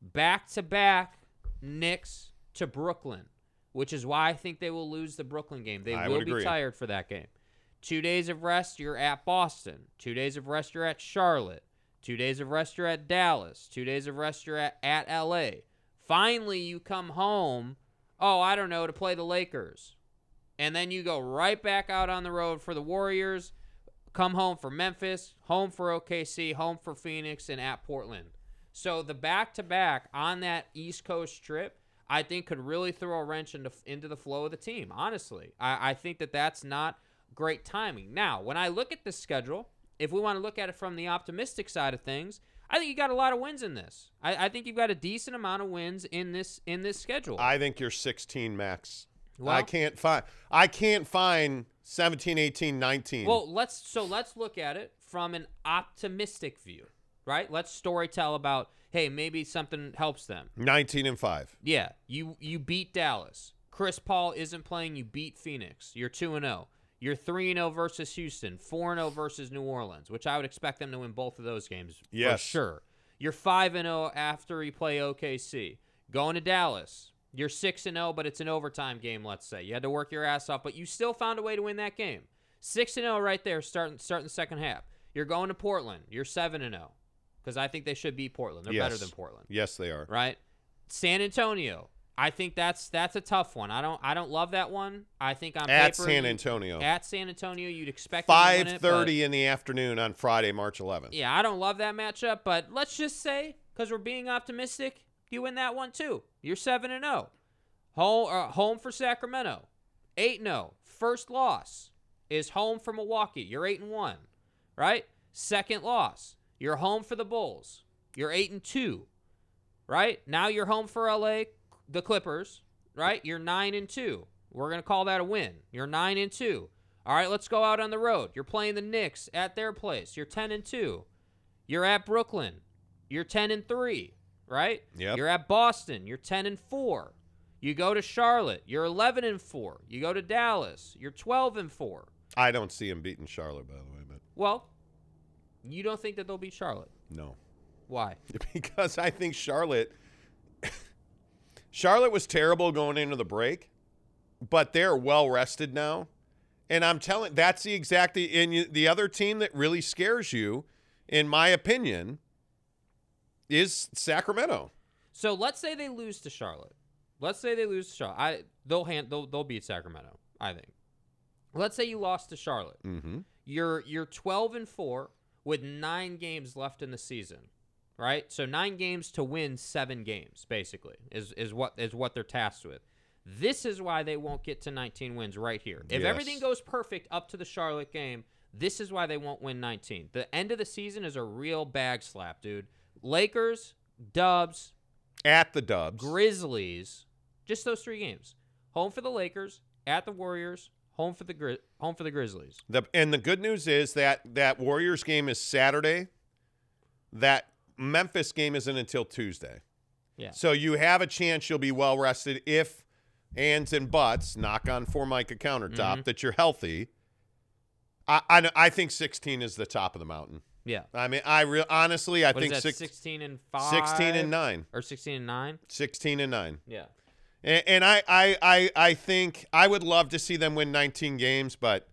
Speaker 3: Back to back, Knicks to Brooklyn, which is why I think they will lose the Brooklyn game. They
Speaker 4: I
Speaker 3: will
Speaker 4: would
Speaker 3: be
Speaker 4: agree.
Speaker 3: tired for that game. Two days of rest, you're at Boston. Two days of rest, you're at Charlotte. Two days of rest, you're at Dallas. Two days of rest, you're at, at LA. Finally, you come home, oh, I don't know, to play the Lakers. And then you go right back out on the road for the Warriors, come home for Memphis, home for OKC, home for Phoenix, and at Portland. So the back to back on that East Coast trip, I think could really throw a wrench into into the flow of the team. Honestly, I, I think that that's not great timing. Now, when I look at this schedule, if we want to look at it from the optimistic side of things, I think you got a lot of wins in this. I, I think you've got a decent amount of wins in this in this schedule.
Speaker 4: I think you're 16 max. I
Speaker 3: Well-
Speaker 4: can't find I can't find 17, 18, 19.
Speaker 3: Well, let's so let's look at it from an optimistic view, right? Let's storytell about hey, maybe something helps them.
Speaker 4: 19 and 5.
Speaker 3: Yeah, you you beat Dallas. Chris Paul isn't playing. You beat Phoenix. You're two and zero. You're three and zero versus Houston. Four and zero versus New Orleans, which I would expect them to win both of those games
Speaker 4: Yes.
Speaker 3: for sure. You're five and zero after you play OKC. Going to Dallas. You're six and zero, but it's an overtime game. Let's say you had to work your ass off, but you still found a way to win that game. Six and zero right there, starting starting the second half. You're going to Portland. You're seven and oh, zero because I think they should beat Portland. They're better
Speaker 4: Yes.
Speaker 3: than Portland
Speaker 4: Yes, they are.
Speaker 3: right? San Antonio I think that's that's a tough one. I don't I don't love that one. I think on
Speaker 4: At
Speaker 3: paper,
Speaker 4: San
Speaker 3: you-
Speaker 4: Antonio.
Speaker 3: At San Antonio, you'd expect them to win it,
Speaker 4: Five
Speaker 3: but-
Speaker 4: thirty in the afternoon on Friday, March 11th.
Speaker 3: Yeah, I don't love that matchup, but let's just say because we're being optimistic, you win that one too. You're seven and zero, home uh, home for Sacramento, eight and zero. First loss is home for Milwaukee. You're eight and one, right? Second loss, you're home for the Bulls. You're eight and two, right? Now you're home for LA, the Clippers, right? You're nine and two. We're gonna call that a win. You're nine and two. All right, let's go out on the road. You're playing the Knicks at their place. You're ten and two. You're at Brooklyn. You're ten and three, right?
Speaker 4: Yep.
Speaker 3: You're at Boston. You're ten and four. You go to Charlotte. You're eleven and four. You go to Dallas. You're twelve and four.
Speaker 4: I don't see him beating Charlotte, by the way, but
Speaker 3: Well, you don't think that they'll beat Charlotte?
Speaker 4: no. <laughs>
Speaker 3: Why?
Speaker 4: because I think Charlotte <laughs> Charlotte was terrible going into the break, but they're well rested now. And I'm telling that's the exact and you, the other team that really scares you in my opinion is Sacramento.
Speaker 3: So let's say they lose to Charlotte. Let's say they lose to Charlotte. I they'll hand they'll, they'll beat Sacramento. I think. Let's say you lost to Charlotte.
Speaker 4: Mhm.
Speaker 3: You're you're twelve and four with nine games left in the season, right? So nine games to win seven games basically is is what is what they're tasked with. This is why they won't get to 19 wins right here. If
Speaker 4: Yes.
Speaker 3: everything goes perfect up to the Charlotte game, this is why they won't win 19. The end of the season is a real bag slap, dude. Lakers, Dubs,
Speaker 4: At the Dubs.
Speaker 3: Grizzlies, just those three games. Home for the Lakers, at the Warriors, home for the Gri- home for the Grizzlies.
Speaker 4: The, and the good news is that that Warriors game is Saturday. That Memphis game isn't until Tuesday.
Speaker 3: Yeah.
Speaker 4: So you have a chance you'll be well rested if ands and buts knock on Formica countertop
Speaker 3: Mm-hmm.
Speaker 4: that you're healthy. I, I I think 16 is the top of the mountain.
Speaker 3: Yeah.
Speaker 4: I mean, I re- honestly I
Speaker 3: What is
Speaker 4: think
Speaker 3: that,
Speaker 4: six,
Speaker 3: 16 and 5?
Speaker 4: 16 and 9.
Speaker 3: Or 16 and 9?
Speaker 4: 16 and 9.
Speaker 3: Yeah.
Speaker 4: And, and I, I, I, I think I would love to see them win 19 games, but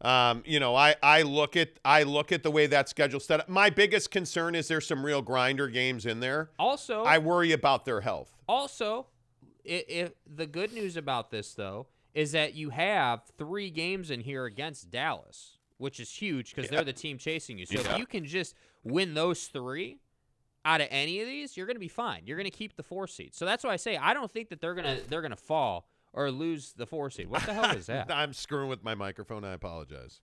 Speaker 4: um, you know, I, I look at I look at the way that schedule set up. My biggest concern is there's some real grinder games in there.
Speaker 3: Also,
Speaker 4: I worry about their health.
Speaker 3: also i if the good news about this though is that you have 3 games in here against Dallas, which is huge cuz they're the team chasing you. So if you can just win those 3, out of any of these, you're going to be fine. You're going to keep the four seed. So that's why I say I don't think that they're going to they're going to fall or lose the four seed. What the
Speaker 4: <laughs>
Speaker 3: hell is that?
Speaker 4: I'm screwing with my microphone. I apologize.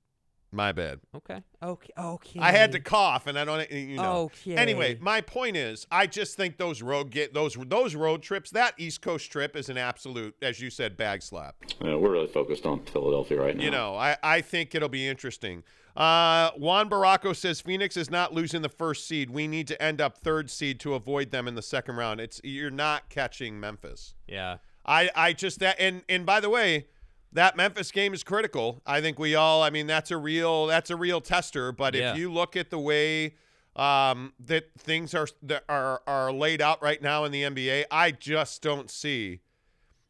Speaker 4: My bad.
Speaker 3: Okay. Okay. Okay.
Speaker 4: I had to cough, and I don't. You know.
Speaker 3: Okay.
Speaker 4: Anyway, my point is, I just think those road get those those road trips. That East Coast trip is an absolute, as you said, bag slap.
Speaker 7: Yeah, we're really focused on Philadelphia right now.
Speaker 4: You know, I, I think it'll be interesting. Uh, Juan Barraco says Phoenix is not losing the first seed. We need to end up third seed to avoid them in the second round. It's you're not catching Memphis.
Speaker 3: Yeah.
Speaker 4: I I just that and and by the way, that Memphis game is critical. I think we all. I mean, that's a real that's a real tester. But
Speaker 3: Yeah.
Speaker 4: if you look at the way um, that things are that are are laid out right now in the NBA, I just don't see.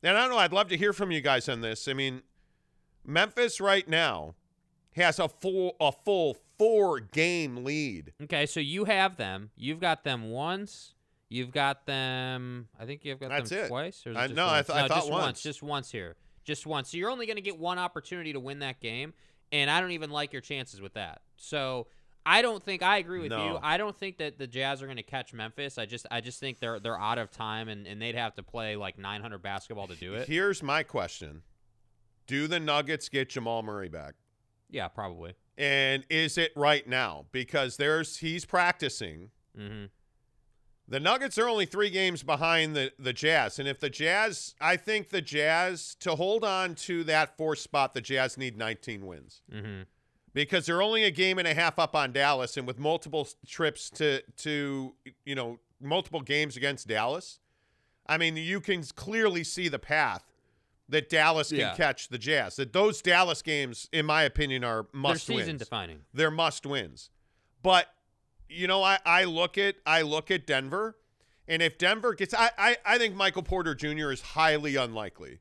Speaker 4: And I don't know. I'd love to hear from you guys on this. I mean, Memphis right now has a full a full four game lead.
Speaker 3: Okay, so you have them. You've got them once. You've got them. I think you've got
Speaker 4: That's
Speaker 3: them
Speaker 4: it.
Speaker 3: twice. Or is
Speaker 4: I-
Speaker 3: it just
Speaker 4: no, I
Speaker 3: once?
Speaker 4: th- I thought
Speaker 3: just
Speaker 4: once.
Speaker 3: Just once here. Just once. So you're only going to get one opportunity to win that game, and I don't even like your chances with that. So I don't think I agree with you.
Speaker 4: No.
Speaker 3: I don't think that the Jazz are going to catch Memphis. I just I just think they're they're out of time, and, and they'd have to play like 900 basketball to do it.
Speaker 4: Here's my question: Do the Nuggets get Jamal Murray back?
Speaker 3: yeah, probably.
Speaker 4: And is it right now? Because there's he's practicing.
Speaker 3: hmm
Speaker 4: The Nuggets are only three games behind the the Jazz, and if the Jazz, I think the Jazz to hold on to that fourth spot, the Jazz need 19 wins
Speaker 3: hmm
Speaker 4: because they're only a game and a half up on Dallas, and with multiple s- trips to to you know multiple games against Dallas, I mean you can clearly see the path that Dallas can
Speaker 3: Yeah.
Speaker 4: catch the Jazz. That those Dallas games, in my opinion, are
Speaker 3: They're
Speaker 4: must
Speaker 3: season
Speaker 4: wins
Speaker 3: defining.
Speaker 4: they're must wins. But you know, I, I look at I look at Denver, and if Denver gets I, I, I think Michael Porter Jr. is highly unlikely.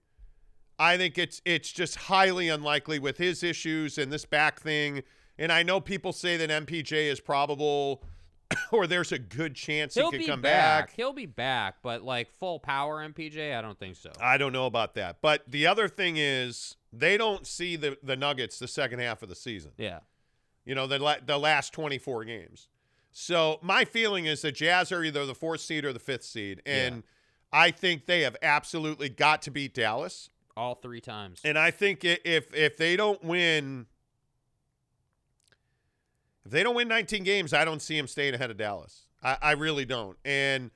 Speaker 4: I think it's it's just highly unlikely with his issues and this back thing. And I know people say that MPJ is probable <coughs> or there's a good chance he
Speaker 3: He'll
Speaker 4: could
Speaker 3: be
Speaker 4: come
Speaker 3: back.
Speaker 4: back.
Speaker 3: He'll be back, but like full power MPJ, I don't think so.
Speaker 4: I don't know about that. But the other thing is they don't see the, the Nuggets the second half of the season.
Speaker 3: yeah.
Speaker 4: You know, the la- the last 24 games. So my feeling is that Jazz are either the fourth seed or the fifth seed, and I think they have absolutely got to beat Dallas.
Speaker 3: All three times.
Speaker 4: And I think i- if if they don't win, if they don't win 19 games, I don't see them staying ahead of Dallas. I, I really don't. And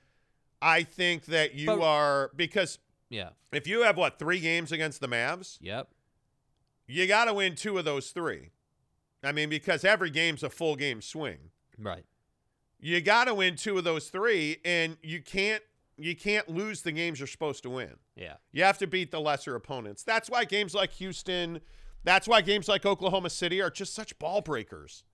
Speaker 4: I think that you
Speaker 3: But-
Speaker 4: are because
Speaker 3: yeah.
Speaker 4: if you have what three games against the Mavs,
Speaker 3: Yep.
Speaker 4: you got to win two of those three. I mean, because every game's a full game swing.
Speaker 3: Right.
Speaker 4: You got to win two of those three, and you can't you can't lose the games you're supposed to win.
Speaker 3: Yeah.
Speaker 4: You have to beat the lesser opponents. That's why games like Houston, that's why games like Oklahoma City are just such ball breakers.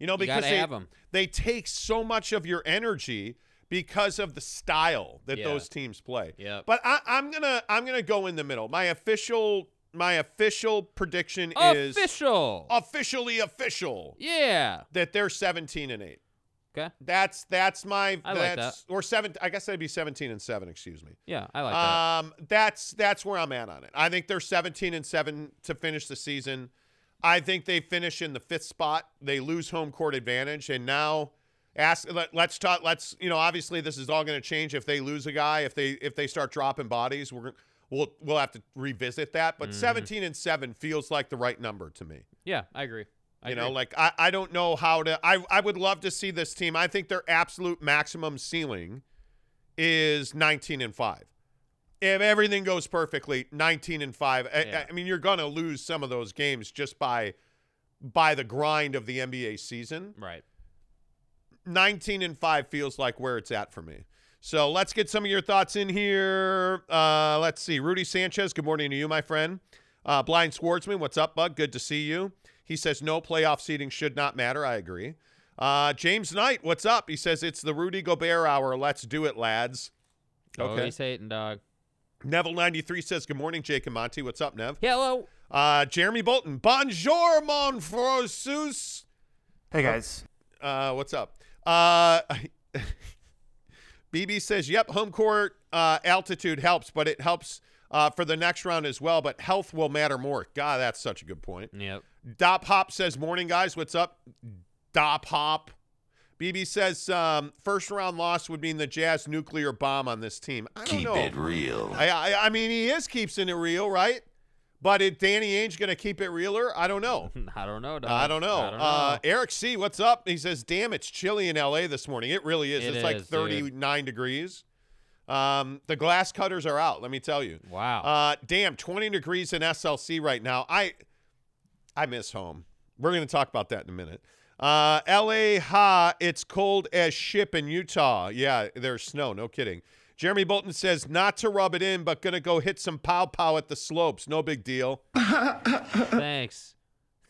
Speaker 4: You know,
Speaker 3: You
Speaker 4: because
Speaker 3: gotta
Speaker 4: they,
Speaker 3: have 'em.
Speaker 4: they take so much of your energy because of the style that
Speaker 3: Yeah.
Speaker 4: those teams play.
Speaker 3: Yep.
Speaker 4: But I, I'm gonna I'm gonna go in the middle. My official my official prediction is Oh.
Speaker 3: Official.
Speaker 4: officially official
Speaker 3: yeah.
Speaker 4: that they're 17 and eight.
Speaker 3: Okay.
Speaker 4: That's that's my
Speaker 3: I like
Speaker 4: that's or seven. I guess that'd be 17 and seven. Excuse me.
Speaker 3: Yeah, I like that.
Speaker 4: Um, that's that's where I'm at on it. I think they're 17 and seven to finish the season. I think they finish in the fifth spot. They lose home court advantage, and now ask. Let, let's talk. Let's you know. Obviously, this is all going to change if they lose a guy. If they if they start dropping bodies, we're we'll we'll have to revisit that.
Speaker 3: Mm-hmm.
Speaker 4: But 17 and seven feels like the right number to me.
Speaker 3: Yeah, I agree. I
Speaker 4: You know,
Speaker 3: agree.
Speaker 4: like I, I don't know how to I I would love to see this team. I think their absolute maximum ceiling is 19 and 5. If everything goes perfectly, 19 and 5. I- I-
Speaker 3: Yeah.
Speaker 4: I mean, you're going to lose some of those games just by by the grind of the NBA season.
Speaker 3: right.
Speaker 4: 19 and 5 feels like where it's at for me. So let's get some of your thoughts in here. Uh, let's see. Rudy Sanchez, good morning to you, my friend. Uh, Blind Swordsman, what's up, bud? Good to see you. He says, no playoff seeding should not matter. I agree. Uh, James Knight, what's up? He says, it's the Rudy Gobert hour. Let's do it, lads.
Speaker 3: Okay.
Speaker 4: Okay.
Speaker 3: he's hating, dog.
Speaker 4: Neville93 says, good morning, Jake and Monty. What's up, Nev?
Speaker 3: Hello.
Speaker 4: Uh, Jeremy Bolton, bonjour, mon frosseuse.
Speaker 9: Hey guys,
Speaker 4: Uh, what's up? Uh, <laughs> BB says, "Yep, home court uh, altitude helps, but it helps uh, for the next round as well. But health will matter more." God, that's such a good point.
Speaker 3: Yep. <laughs>
Speaker 4: Dop Hop says, "Morning, guys. What's up?" Dop Hop. BB says, um, first round loss would mean the Jazz nuclear bomb on this team. I don't know.
Speaker 2: real.
Speaker 4: I, I, I mean, he is keeping it real, right? But is Danny Ainge going to keep it realer? I don't know.
Speaker 3: I don't know, dog.
Speaker 4: I don't know.
Speaker 3: I don't know.
Speaker 4: Uh, <coughs> Eric C, what's up? He says, "Damn, it's chilly in LA this morning. It really is.
Speaker 3: It
Speaker 4: it's like
Speaker 3: is, dude.
Speaker 4: 39 degrees. Um, the glass cutters are out. Let me tell you.
Speaker 3: wow.
Speaker 4: Uh, damn, 20 degrees in SLC right now. I, I miss home. We're gonna talk about that in a minute. Uh, LA, ha, it's cold as ship in Utah. Yeah, there's snow. No kidding. Jeremy Bolton says not to rub it in, but gonna go hit some pow pow at the slopes. No big deal.
Speaker 3: Thanks.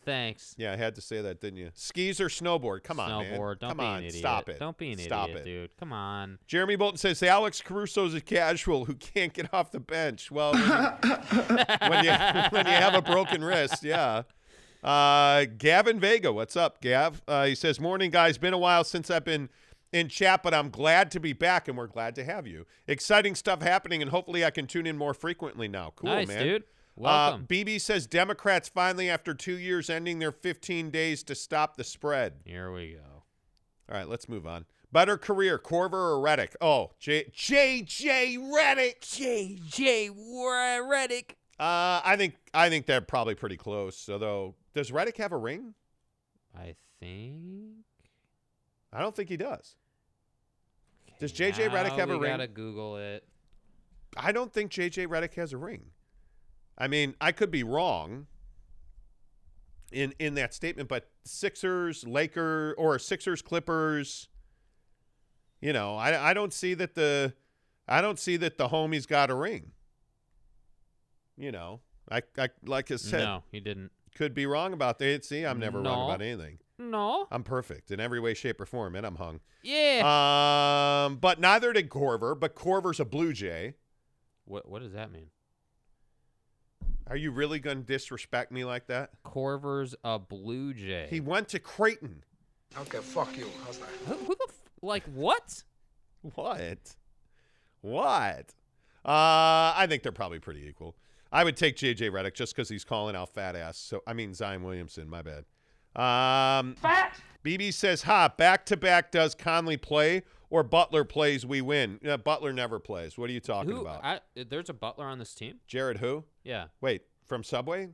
Speaker 3: Thanks.
Speaker 4: Yeah, I had to say that, didn't you? Skis or snowboard? Come on, man.
Speaker 3: Snowboard. Don't
Speaker 4: Come
Speaker 3: be
Speaker 4: on,
Speaker 3: an idiot.
Speaker 4: Stop it.
Speaker 3: Don't be an
Speaker 4: Stop
Speaker 3: idiot,
Speaker 4: it.
Speaker 3: dude. Come on.
Speaker 4: Jeremy Bolton says Alex Caruso's a casual who can't get off the bench. Well, when you,
Speaker 3: <laughs>
Speaker 4: when you, when you have a broken wrist, yeah. Uh, Gavin Vega, what's up, Gav? Uh, he says, "Morning, guys. Been a while since I've been in chat, but I'm glad to be back, and we're glad to have you. Exciting stuff happening, and hopefully I can tune in more frequently now. Cool,
Speaker 3: nice,
Speaker 4: man.
Speaker 3: dude.
Speaker 4: Uh,
Speaker 3: Welcome.
Speaker 4: BB says Democrats finally, after two years, ending their 15 days to stop the spread.
Speaker 3: Here we go.
Speaker 4: All right, let's move on. Better career, Corver or Reddick? Oh, J J J Reddick.
Speaker 3: JJ Redick.
Speaker 4: Uh, I think I think they're probably pretty close. Although, does Reddick have a ring?
Speaker 3: I think.
Speaker 4: I don't think he does. Does
Speaker 3: Okay,
Speaker 4: JJ Redick
Speaker 3: now
Speaker 4: have a
Speaker 3: we
Speaker 4: ring?
Speaker 3: gotta Google it.
Speaker 4: I don't think JJ Reddick has a ring. I mean, I could be wrong in in that statement, but Sixers, Laker, or Sixers, Clippers. You know, I I don't see that the I don't see that the homie's got a ring. You know, I, I like I said,
Speaker 3: No, he didn't.
Speaker 4: could be wrong about that. See, I'm never wrong
Speaker 3: No.
Speaker 4: about anything.
Speaker 3: No.
Speaker 4: I'm perfect in every way, shape, or form, and I'm hung. Uh,
Speaker 3: Yeah.
Speaker 4: Um, but neither did Corver. But Corver's a Blue Jay.
Speaker 3: what What does that mean?
Speaker 4: Are you really going to disrespect me like that?
Speaker 3: Corver's a Blue Jay.
Speaker 4: He went to Creighton.
Speaker 5: Okay, fuck you. How's that?
Speaker 3: who, who the f- Like what?
Speaker 4: What? What? Uh, I think they're probably pretty equal. I would take JJ Reddick just because he's calling out fat ass. So I mean Zion Williamson. My bad. Um, fat. BB says, "Ha! Back to back. Does Conley play or Butler plays? We win. Yeah, Butler never plays. What are you talking
Speaker 3: Who?
Speaker 4: about?
Speaker 3: I, there's a Butler on this team.
Speaker 4: Jared who?
Speaker 3: Yeah.
Speaker 4: Wait, from Subway?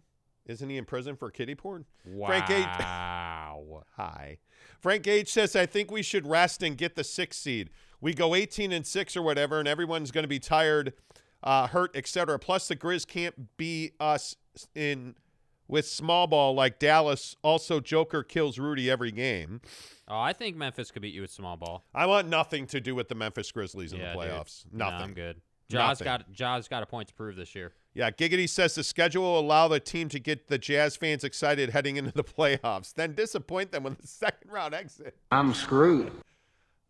Speaker 4: Isn't he in prison for kitty porn?
Speaker 3: Wow.
Speaker 4: Frank H. Hi. Frank H says, I think we should rest and get the six seed. We go 18 and six or whatever, and everyone's going to be tired, uh, hurt, etc. Plus, the Grizz can't be us in with small ball like Dallas. Also, Joker kills Rudy every game.
Speaker 3: <laughs> Oh, I think Memphis could beat you with small ball.
Speaker 4: I want nothing to do with the Memphis Grizzlies in
Speaker 3: yeah,
Speaker 4: the
Speaker 3: dude.
Speaker 4: playoffs.
Speaker 3: Nah,
Speaker 4: Nothing.
Speaker 3: I'm good. Jaws
Speaker 4: Nothing.
Speaker 3: got Jaws got a point to prove this year.
Speaker 4: Yeah, Giggity says the schedule will allow the team to get the Jazz fans excited heading into the <laughs> playoffs, then disappoint them with the second round exit.
Speaker 5: I'm screwed.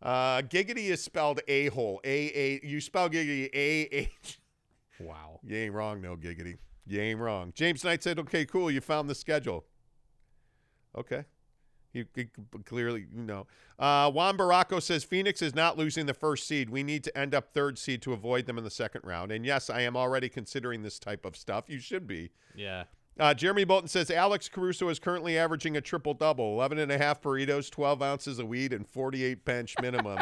Speaker 4: Uh, Giggity is spelled a hole. A A. You spell Giggity A H.
Speaker 3: Wow.
Speaker 4: <laughs> You ain't wrong, no Giggity. You ain't wrong. James Knight said, "Okay, cool. You found the schedule." Okay. You c- c- clearly you know. Uh, Juan Baracco says Phoenix is not losing the first seed. We need to end up third seed to avoid them in the second round. And yes, I am already considering this type of stuff. You should be.
Speaker 3: Yeah.
Speaker 4: Uh, Jeremy Bolton says Alex Caruso is currently averaging a triple double 11 and a half burritos, 12 ounces of weed, and 48 bench minimum.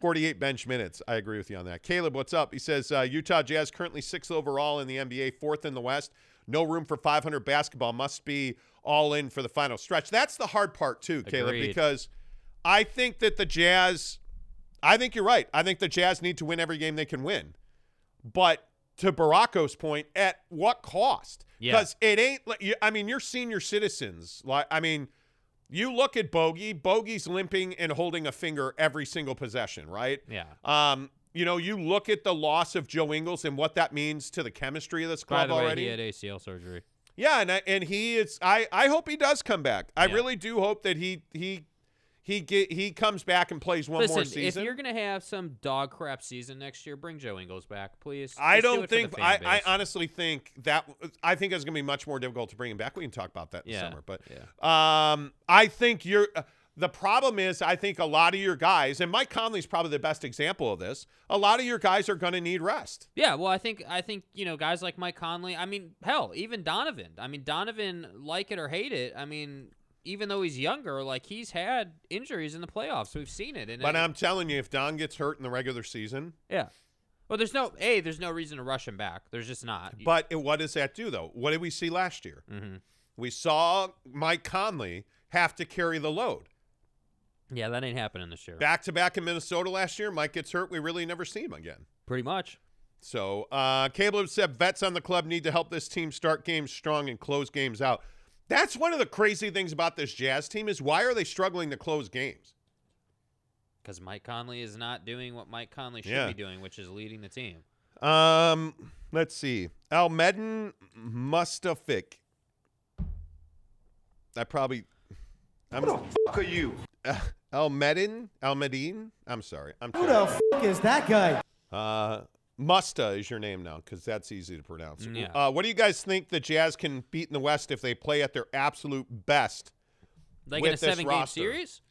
Speaker 4: 48 bench minutes. I agree with you on that. Caleb, what's up? He says uh, Utah Jazz currently sixth overall in the NBA, fourth in the West. No room for 500 basketball. Must be all in for the final stretch. That's the hard part, too, Caleb,
Speaker 3: Agreed.
Speaker 4: because I think that the Jazz, I think you're right. I think the Jazz need to win every game they can win. But to Baracko's point, at what cost?
Speaker 3: Yeah.
Speaker 4: Because it ain't. like- you- I mean, you're senior citizens. Like, I mean, you look at Bogey. Bogey's limping and holding a finger every single possession, right?
Speaker 3: Yeah.
Speaker 4: Um, you know, you look at the loss of Joe Ingles and what that means to the chemistry of this
Speaker 3: By
Speaker 4: club
Speaker 3: the way,
Speaker 4: already.
Speaker 3: he had ACL surgery.
Speaker 4: Yeah, and I, and he is. I I hope he does come back. I
Speaker 3: Yeah.
Speaker 4: really do hope that he he he get he comes back and plays one
Speaker 3: Listen,
Speaker 4: more
Speaker 3: if
Speaker 4: season.
Speaker 3: you're gonna have some dog crap season next year, bring Joe Ingles back, please.
Speaker 4: I
Speaker 3: Just do
Speaker 4: don't
Speaker 3: it for the
Speaker 4: think
Speaker 3: fan
Speaker 4: I, I
Speaker 3: base.
Speaker 4: honestly think that I think it's going to be much more difficult to bring him back. We can talk about that in the
Speaker 3: Yeah,
Speaker 4: summer, but um, I think you're. Uh, the problem is, I think a lot of your guys, and Mike Conley's probably the best example of this. A lot of your guys are going to need rest.
Speaker 3: Yeah, well, I think I think you know guys like Mike Conley. I mean, hell, even Donovan. I mean, Donovan, like it or hate it. I mean, even though he's younger, like he's had injuries in the playoffs. We've seen it. And
Speaker 4: But um,
Speaker 3: it-
Speaker 4: I'm telling you, if Don gets hurt in the regular season,
Speaker 3: yeah. Well, there's no a. There's no reason to rush him back. There's just not.
Speaker 4: But it- what does that do, though? What did we see last year?
Speaker 3: Mm-hmm.
Speaker 4: We saw Mike Conley have to carry the load.
Speaker 3: yeah, that ain't happening this year.
Speaker 4: Back to back in Minnesota last year, Mike gets hurt. We really never see him again.
Speaker 3: Pretty much.
Speaker 4: So, uh, Caleb said vets on the club need to help this team start games strong and close games out. That's one of the crazy things about this Jazz team is why are they struggling to close games?
Speaker 3: Because Mike Conley is not doing what Mike Conley should
Speaker 4: Yeah.
Speaker 3: be doing, which is leading the team.
Speaker 4: Um, let's see. Almedin Mustafik. I probably. I'm, Who the fuck are you? <laughs> Almedin? Almedin? I'm sorry. I'm Who the is that guy? Uh, Musta is your name now because that's easy to pronounce.
Speaker 3: Yeah.
Speaker 4: Uh, what do you guys think the Jazz can beat in the West if they play at their absolute best?
Speaker 3: Like in
Speaker 4: With
Speaker 3: a
Speaker 4: this
Speaker 3: seven-game
Speaker 4: roster.
Speaker 3: series,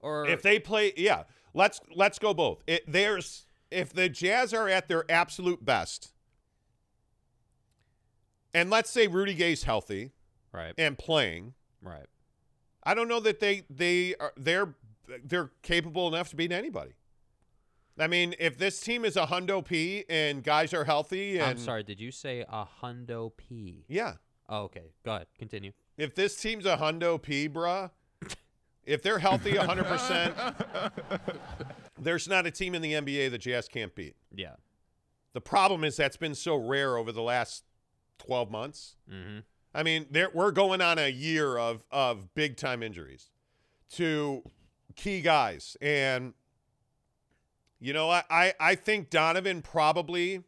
Speaker 3: or
Speaker 4: If they play, yeah, let's let's go both. It, there's if the Jazz are at their absolute best, and let's say Rudy Gay's healthy
Speaker 3: right,
Speaker 4: and playing,
Speaker 3: right.
Speaker 4: I don't know that they they are they're they're capable enough to beat anybody. I mean, if this team is a hundo p and guys are healthy, and
Speaker 3: I'm sorry. Did you say a hundo p?
Speaker 4: yeah,
Speaker 3: Oh, okay. Go ahead. Continue.
Speaker 4: if this team's a hundo p, bruh, if they're healthy 100, percent there's not a team in the NBA the Jazz can't beat.
Speaker 3: Yeah.
Speaker 4: The problem is that's been so rare over the last 12 months.
Speaker 3: Mhm.
Speaker 4: I mean, there, we're going on a year of of big time injuries to key guys, and you know, I, I I think Donovan probably.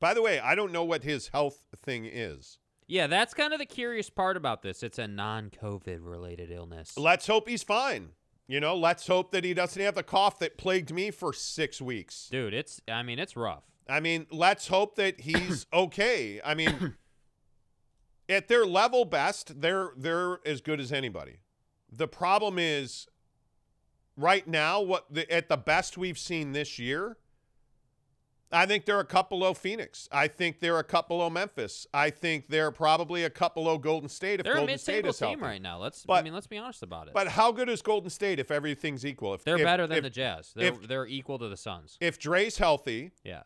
Speaker 4: By the way, I don't know what his health thing is.
Speaker 3: Yeah, that's kind of the curious part about this. It's a non-COVID related illness.
Speaker 4: Let's hope he's fine. You know, let's hope that he doesn't have the cough that plagued me for six weeks.
Speaker 3: Dude, it's I mean, it's rough.
Speaker 4: I mean, let's hope that he's okay. I mean, at their level best, they're they're as good as anybody. The problem is right now, what the, at the best we've seen this year, I think they're a couple low Phoenix. I think they're a couple low Memphis. I think they're probably a couple low Golden State if
Speaker 3: They're a
Speaker 4: Golden State
Speaker 3: mid-table
Speaker 4: is
Speaker 3: team
Speaker 4: healthy.
Speaker 3: right now. Let's I
Speaker 4: But-
Speaker 3: mean, let's be honest about it.
Speaker 4: But how good is Golden State if everything's equal? If
Speaker 3: they're
Speaker 4: if-
Speaker 3: better than
Speaker 4: if-
Speaker 3: the Jazz. They're
Speaker 4: if-
Speaker 3: they're equal to the Suns.
Speaker 4: If Dre's healthy,
Speaker 3: Yeah.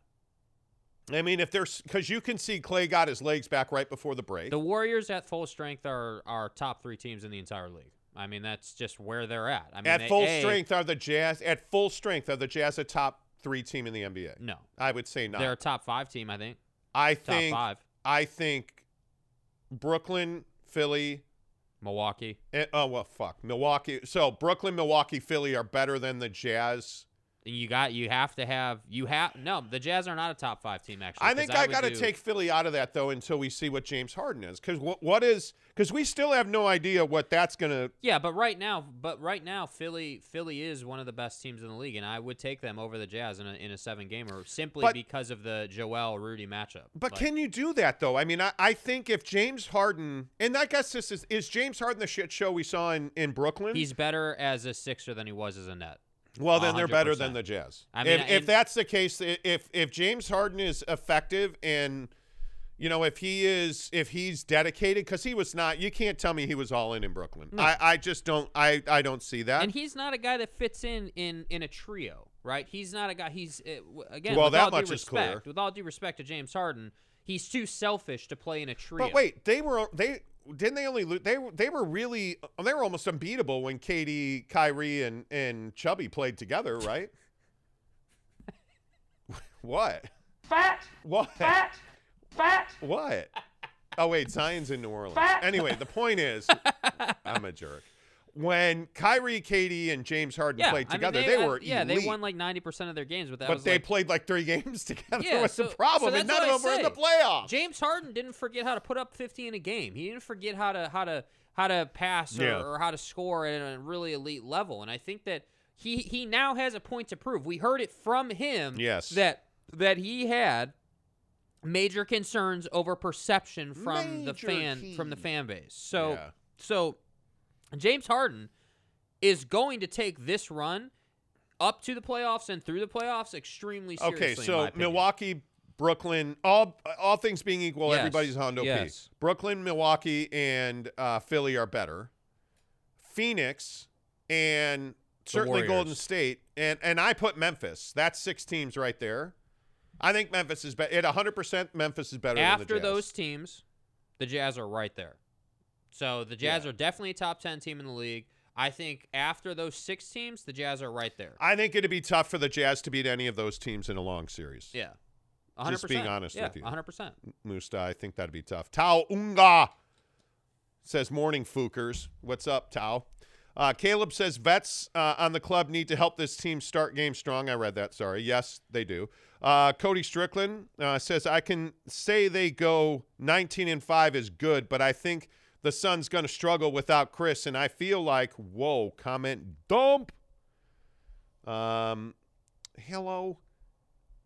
Speaker 4: I mean, if there's because you can see Clay got his legs back right before the break.
Speaker 3: The Warriors at full strength are are top 3 teams in the entire league. I mean, that's just where they're at. I mean,
Speaker 4: at
Speaker 3: they-
Speaker 4: full
Speaker 3: A,
Speaker 4: strength are the Jazz. At full strength are the Jazz a top three team in the NBA?
Speaker 3: No.
Speaker 4: I would say not.
Speaker 3: They're a top 5 team, I think.
Speaker 4: I
Speaker 3: Top
Speaker 4: think
Speaker 3: 5.
Speaker 4: I think Brooklyn, Philly.
Speaker 3: Milwaukee.
Speaker 4: eh, oh well, fuck Milwaukee. So Brooklyn, Milwaukee, Philly are better than the Jazz.
Speaker 3: You got you have to have you have no, the Jazz are not a top 5 team actually.
Speaker 4: I
Speaker 3: 'cause
Speaker 4: think I,
Speaker 3: would
Speaker 4: got to
Speaker 3: do-
Speaker 4: take Philly out of that though until we see what James Harden is because what is because we still have no idea what that's gonna.
Speaker 3: Yeah, but right now, but right now, Philly, Philly is one of the best teams in the league, and I would take them over the Jazz in a, in a seven gamer simply
Speaker 4: But-
Speaker 3: because of the Joel Rudy matchup.
Speaker 4: But
Speaker 3: Like,
Speaker 4: can you do that though? I mean, I, I think if James Harden and I guess this is is James Harden the shit show we saw in in Brooklyn.
Speaker 3: he's better as a Sixer than he was as a net?
Speaker 4: Well, then they're better than
Speaker 3: 100%.
Speaker 4: the Jazz.
Speaker 3: I mean,
Speaker 4: if,
Speaker 3: I-
Speaker 4: if that's the case, i- if if James Harden is effective and you know if he is if he's dedicated because he was not, you can't tell me he was all in in Brooklyn. I, I just don't I I don't see that.
Speaker 3: And he's not a guy that fits in in in a trio, right? He's not a guy. He's uh, w- again.
Speaker 4: Well,
Speaker 3: with
Speaker 4: that
Speaker 3: all due
Speaker 4: much is
Speaker 3: respect,
Speaker 4: clear.
Speaker 3: With all due respect to James Harden, he's too selfish to play in a trio.
Speaker 4: but wait, they were they didn't they only lose, they were- they were really they were almost unbeatable when Katie, Kyrie, and and Chubby played together, right? <laughs> what?
Speaker 9: Fat,
Speaker 4: What?
Speaker 9: fat, fat.
Speaker 4: What? Oh wait, Zion's in New Orleans. Anyway, the point is, I'm a jerk. When Kyrie, Katie, and James Harden
Speaker 3: yeah, I
Speaker 4: played
Speaker 3: mean,
Speaker 4: together,
Speaker 3: they,
Speaker 4: they
Speaker 3: I-
Speaker 4: were
Speaker 3: yeah,
Speaker 4: elite,
Speaker 3: they won like ninety percent of their games. But that
Speaker 4: but
Speaker 3: was
Speaker 4: they
Speaker 3: like,
Speaker 4: played like three <laughs> games together.
Speaker 3: Yeah,
Speaker 4: was
Speaker 3: so,
Speaker 4: the problem,
Speaker 3: so
Speaker 4: and
Speaker 3: that's
Speaker 4: none
Speaker 3: what
Speaker 4: of them
Speaker 3: I
Speaker 4: were in the
Speaker 3: say.
Speaker 4: playoffs.
Speaker 3: James Harden didn't forget how to put up 50 in a game. He didn't forget how to how to how to pass or,
Speaker 4: Yeah.
Speaker 3: or how to score at a really elite level. And I think that he he now has a point to prove. We heard it from him.
Speaker 4: Yes.
Speaker 3: that that he had major concerns over perception from the
Speaker 4: Major
Speaker 3: fan from the
Speaker 4: key.
Speaker 3: fan base. So
Speaker 4: Yeah.
Speaker 3: so James Harden is going to take this run up to the playoffs and through the playoffs extremely seriously.
Speaker 4: okay,
Speaker 3: in
Speaker 4: so
Speaker 3: my opinion.
Speaker 4: Milwaukee, Brooklyn, all all things being equal,
Speaker 3: Yes,
Speaker 4: everybody's Hondo
Speaker 3: yes.
Speaker 4: P. Brooklyn, Milwaukee, and uh, Philly are better. Phoenix and certainly
Speaker 3: Warriors.
Speaker 4: Golden State, and and I put Memphis. That's six teams right there. I think Memphis is better. At 100, percent Memphis is better.
Speaker 3: after
Speaker 4: than the Jazz.
Speaker 3: those teams, the Jazz are right there. So the Jazz are definitely a top ten team in the league. I think after those six teams, the Jazz are right there.
Speaker 4: I think it'd be tough for the Jazz to beat any of those teams in a long series.
Speaker 3: yeah, 100%.
Speaker 4: Just being honest
Speaker 3: yeah,
Speaker 4: with you.
Speaker 3: 100. percent
Speaker 4: Musta, I think that'd be tough. Tao Unga says, Morning, Fookers. What's up, Tao? Uh, Caleb says, Vets uh, on the club need to help this team start game strong. I read that, sorry. Yes, they do. Uh, Cody Strickland uh, says, I can say they go 19 and 5 is good, but I think the Suns going to struggle without Chris, and I feel like, whoa, comment dump. Um, hello.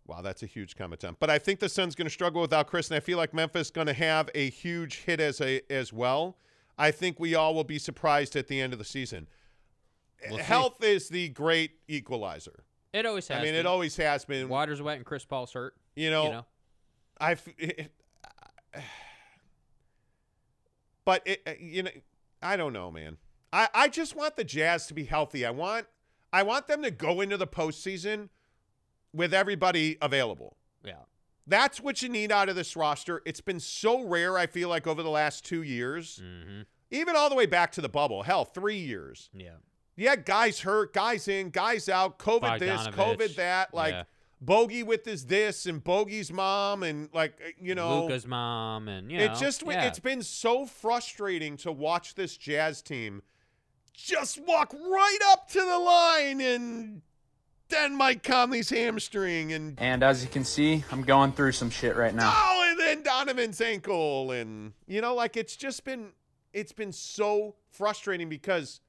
Speaker 4: Wow, that's a huge comment time. But I think the Suns going to struggle without Chris, and I feel like Memphis going to have a huge hit as a as well. I think we all will be surprised at the end of the season.
Speaker 3: We'll see.
Speaker 4: Health is the great equalizer.
Speaker 3: It always has.
Speaker 4: I mean,
Speaker 3: been.
Speaker 4: it always has been.
Speaker 3: Water's wet and Chris Paul's hurt.
Speaker 4: You know,
Speaker 3: you know,
Speaker 4: I. f- <sighs> But it, uh, you know, I don't know, man. I I just want the Jazz to be healthy. I want I want them to go into the postseason with everybody available.
Speaker 3: yeah.
Speaker 4: That's what you need out of this roster. It's been so rare, I feel like, over the last two years,
Speaker 3: Mm-hmm.
Speaker 4: even all the way back to the bubble. Hell, three years.
Speaker 3: Yeah.
Speaker 4: Yeah, guys hurt, guys in, guys out, COVID this,
Speaker 3: Bogdanovich.
Speaker 4: COVID that. Like,
Speaker 3: Yeah.
Speaker 4: Bogey with this, this, and Bogey's mom, and like, you know.
Speaker 3: Luca's mom and you know.
Speaker 4: It just w-
Speaker 3: yeah.
Speaker 4: it's been so frustrating to watch this Jazz team just walk right up to the line and then Mike Conley's hamstring and
Speaker 10: And as you can see, I'm going through some shit right now.
Speaker 4: oh and then Donovan's ankle and you know like it's just been it's been so frustrating because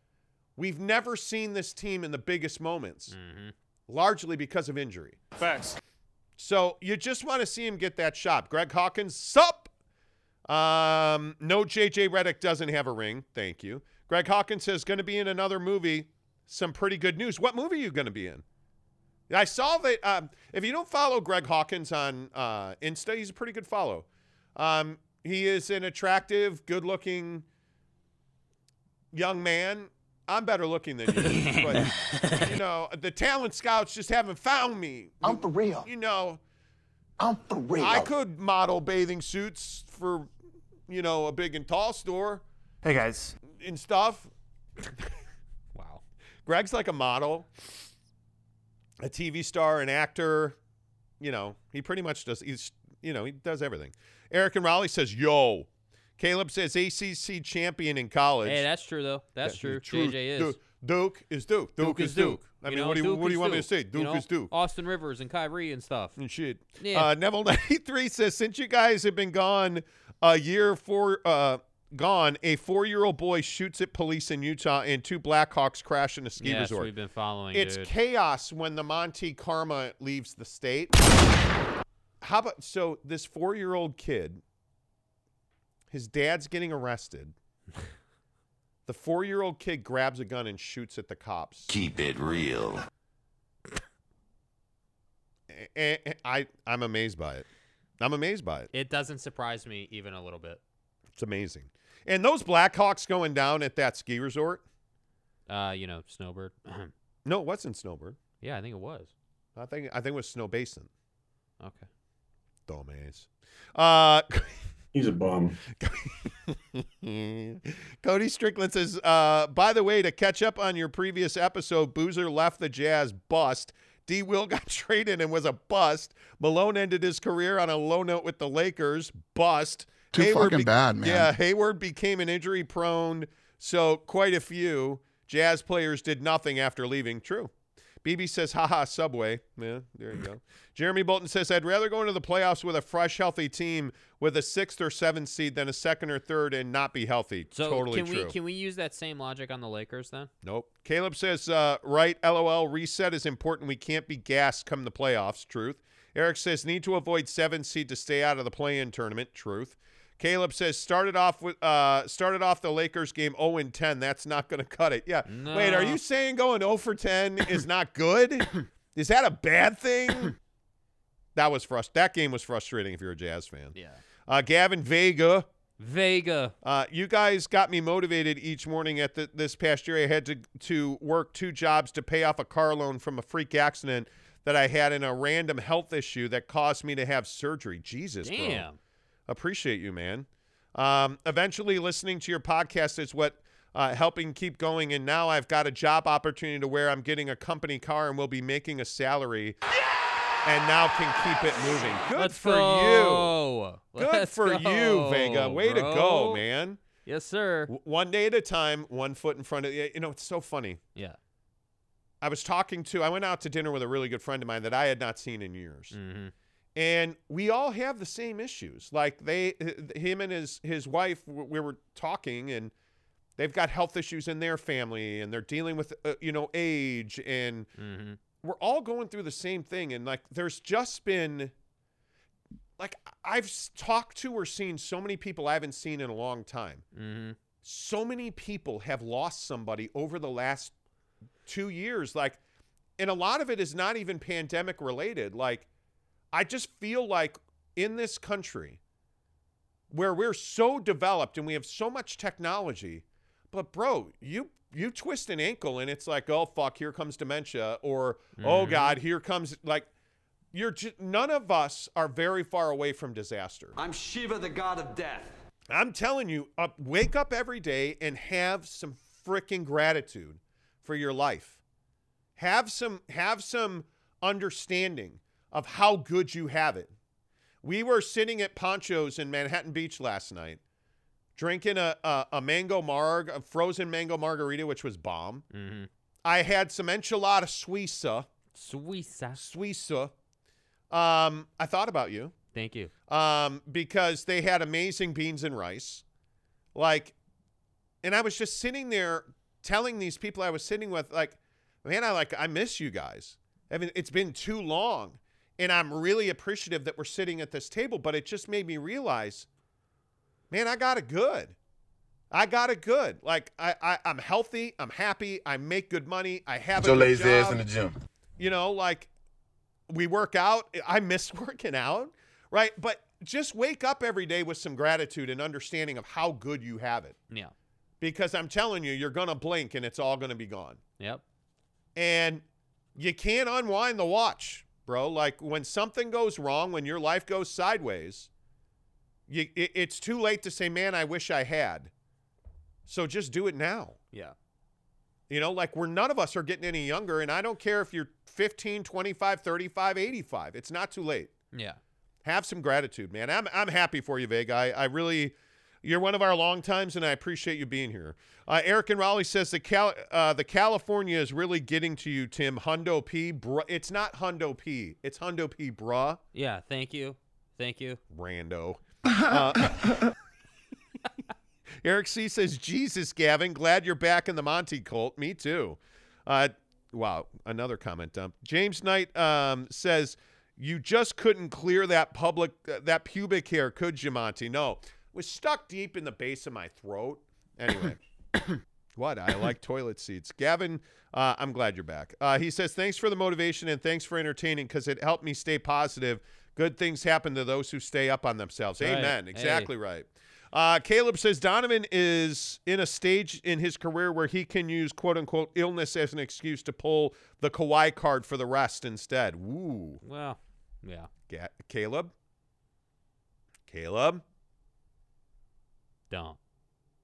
Speaker 4: we've never seen this team in the biggest moments
Speaker 3: Mm-hmm.
Speaker 4: largely because of injury.
Speaker 10: Facts.
Speaker 4: So you just want to see him get that shot. Greg Hawkins, sup? Um, no, JJ Reddick doesn't have a ring. Thank you. Greg Hawkins says going to be in another movie. some pretty good news. What movie are you going to be in? I saw that. Um, if you don't follow Greg Hawkins on uh, Insta, he's a pretty good follow. Um, he is an attractive, good-looking young man. I'm better looking than you, but you know the talent scouts just haven't found me.
Speaker 5: I'm for real.
Speaker 4: You know,
Speaker 5: I'm for real.
Speaker 4: I could model bathing suits for, you know, a big and tall store
Speaker 10: Hey guys, <laughs>
Speaker 4: and stuff.
Speaker 3: Wow.
Speaker 4: Greg's like a model, a TV star, an actor. You know, he pretty much does. He's you know he does everything. Eric and Raleigh says, "Yo." Caleb says ACC champion in college.
Speaker 3: Hey, that's true though. That's true. JJ is.
Speaker 4: Duke, Duke is Duke. Duke, is Duke. I
Speaker 3: You
Speaker 4: mean,
Speaker 3: know,
Speaker 4: what do you,
Speaker 3: Duke
Speaker 4: what do you
Speaker 3: is
Speaker 4: want me to
Speaker 3: Duke.
Speaker 4: say? Duke
Speaker 3: You know,
Speaker 4: is Duke.
Speaker 3: Austin Rivers and Kyrie and stuff.
Speaker 4: and shit.
Speaker 3: Yeah.
Speaker 4: Uh, Neville <laughs> ninety three says since you guys have been gone a year for uh gone, a four year old boy shoots at police in Utah and two Blackhawks crash in a ski
Speaker 3: yes,
Speaker 4: resort.
Speaker 3: we've been following.
Speaker 4: it's
Speaker 3: dude.
Speaker 4: chaos when the Monte Karma leaves the state. How about so this four year old kid, his dad's getting arrested. The four year old kid grabs a gun and shoots at the cops.
Speaker 2: Keep it real.
Speaker 4: A- a- I, I'm amazed by it. I'm amazed by it.
Speaker 3: it doesn't surprise me even a little bit.
Speaker 4: It's amazing. And those Blackhawks going down at that ski resort.
Speaker 3: Uh, you know, Snowbird. <clears throat>
Speaker 4: No, it wasn't Snowbird.
Speaker 3: yeah, I think it was.
Speaker 4: I think I think it was Snow Basin.
Speaker 3: Okay.
Speaker 4: Dumbass. Uh,
Speaker 11: He's a bum.
Speaker 4: <laughs> Cody Strickland says, uh, by the way, to catch up on your previous episode, Boozer left the Jazz bust. D. Will got <laughs> traded and was a bust. Malone ended his career on a low note with the Lakers. Bust.
Speaker 11: Too fucking bad, man.
Speaker 4: Yeah, Hayward became an injury prone, so quite a few Jazz players did nothing after leaving. True. BB says, haha, Subway. Yeah, there you
Speaker 3: <laughs>
Speaker 4: go. Jeremy Bolton says, I'd rather go into the playoffs with a fresh, healthy team with a sixth or seventh seed than a second or third and not be healthy.
Speaker 3: So
Speaker 4: totally
Speaker 3: can
Speaker 4: true.
Speaker 3: we can we use that same logic on the Lakers then?
Speaker 4: Nope. Caleb says, uh, right, LOL, reset is important. We can't be gassed come the playoffs. Truth. Eric says, need to avoid seven seed to stay out of the play in tournament. Truth. Caleb says, started off with uh, started off the Lakers game 0 and 10. That's not going to cut it. Yeah. Wait, are
Speaker 3: No.
Speaker 4: you saying going 0
Speaker 3: <coughs>
Speaker 4: for 10 is not good? is that a bad thing? that was frust- That game was frustrating if you're a Jazz fan.
Speaker 3: Yeah.
Speaker 4: Uh, Gavin Vega
Speaker 3: Vega.
Speaker 4: uh, you guys got me motivated each morning at the, this past year. I had to, to work two jobs to pay off a car loan from a freak accident that I had in a random health issue that caused me to have surgery. Jesus, bro.
Speaker 3: Damn.
Speaker 4: Appreciate you, man. Um, eventually, listening to your podcast is what uh, helping keep going. And now I've got a job opportunity to where I'm getting a company car and will be making a salary. And now can keep it moving. Good
Speaker 3: Let's
Speaker 4: for
Speaker 3: go.
Speaker 4: you. Good
Speaker 3: Let's
Speaker 4: for you,
Speaker 3: go,
Speaker 4: Vega. Way to go,
Speaker 3: bro.
Speaker 4: man.
Speaker 3: Yes, sir.
Speaker 4: W- one day at a time, one foot in front of you. know, it's so funny.
Speaker 3: Yeah.
Speaker 4: I was talking to, I went out to dinner with a really good friend of mine that I had not seen in years,
Speaker 3: Mm-hmm.
Speaker 4: and we all have the same issues. Like they, h- him and his his wife, w- we were talking, and they've got health issues in their family, and they're dealing with, uh, you know, age, and
Speaker 3: Mm-hmm.
Speaker 4: we're all going through the same thing. And like, there's just been, like, I've s- talked to or seen so many people I haven't seen in a long time
Speaker 3: Mm-hmm.
Speaker 4: so many people have lost somebody over the last two years. Like, and a lot of it is not even pandemic related. Like, I just feel like in this country where we're so developed and we have so much technology, but bro, you you twist an ankle and it's like, oh fuck, here comes dementia, or oh
Speaker 3: Mhm.
Speaker 4: god, here comes like. You're just, none of us are very far away from disaster.
Speaker 5: I'm Shiva, the god of death.
Speaker 4: I'm telling you, up, wake up every day and have some freaking gratitude for your life. Have some have some understanding of how good you have it. We were sitting at Poncho's in Manhattan Beach last night, drinking a a, a mango marg, a frozen mango margarita, which was bomb.
Speaker 3: Mm-hmm.
Speaker 4: I had some enchilada suiza,
Speaker 3: Suiza.
Speaker 4: suiza. Um, I thought about you
Speaker 3: Thank you.
Speaker 4: um, because they had amazing beans and rice. Like, and I was just sitting there telling these people I was sitting with, like, man, I like I miss you guys. I mean, it's been too long, and I'm really appreciative that we're sitting at this table. But it just made me realize, man, I got it good. I got it good. Like I, I I'm healthy. I'm happy. I make good money. I have
Speaker 12: Your
Speaker 4: a good
Speaker 12: lazy
Speaker 4: job.
Speaker 12: ass in the gym.
Speaker 4: You know, like we work out. I miss <laughs> working out, right? But just wake up every day with some gratitude and understanding of how good you have it.
Speaker 3: Yeah.
Speaker 4: Because I'm telling you, you're gonna blink and it's all gonna be gone.
Speaker 3: Yep.
Speaker 4: And you can't unwind the watch, bro. Like when something goes wrong, when your life goes sideways, you, it, it's too late to say, "Man, I wish I had." So just do it now.
Speaker 3: Yeah.
Speaker 4: You know, like we're none of us are getting any younger and I don't care if you're 15, 25, 35, 85. It's not too late.
Speaker 3: Yeah.
Speaker 4: Have some gratitude, man. I'm I'm happy for you, Vig. I, I really you're one of our long times and I appreciate you being here. Uh, Eric and Raleigh says the Cal- uh, the California is really getting to you, Tim. Hundo P, bruh. It's not Hundo P. It's Hundo P, bruh.
Speaker 3: Yeah. Thank you. Thank you.
Speaker 4: Rando. Uh, <laughs> Eric C says, Jesus, Gavin, glad you're back in the Monty cult. Me too. Uh, wow, another comment dump. James Knight um, says, you just couldn't clear that public uh, that pubic hair, could you, Monty? No, it was stuck deep in the base of my throat. Anyway. What? I
Speaker 13: <laughs>
Speaker 4: like toilet seats. Gavin, uh, I'm glad you're back. Uh, he says, Thanks for the motivation and thanks for entertaining because it helped me stay positive. Good things happen to those who stay up on themselves.
Speaker 13: Right.
Speaker 4: Amen.
Speaker 13: Hey.
Speaker 4: Exactly right. Uh, Caleb says, Donovan is in a stage in his career where he can use quote unquote illness as an excuse to pull the Kawhi card for the rest instead. Woo.
Speaker 3: Well, yeah.
Speaker 4: Ga- Caleb? Caleb?
Speaker 3: Don't.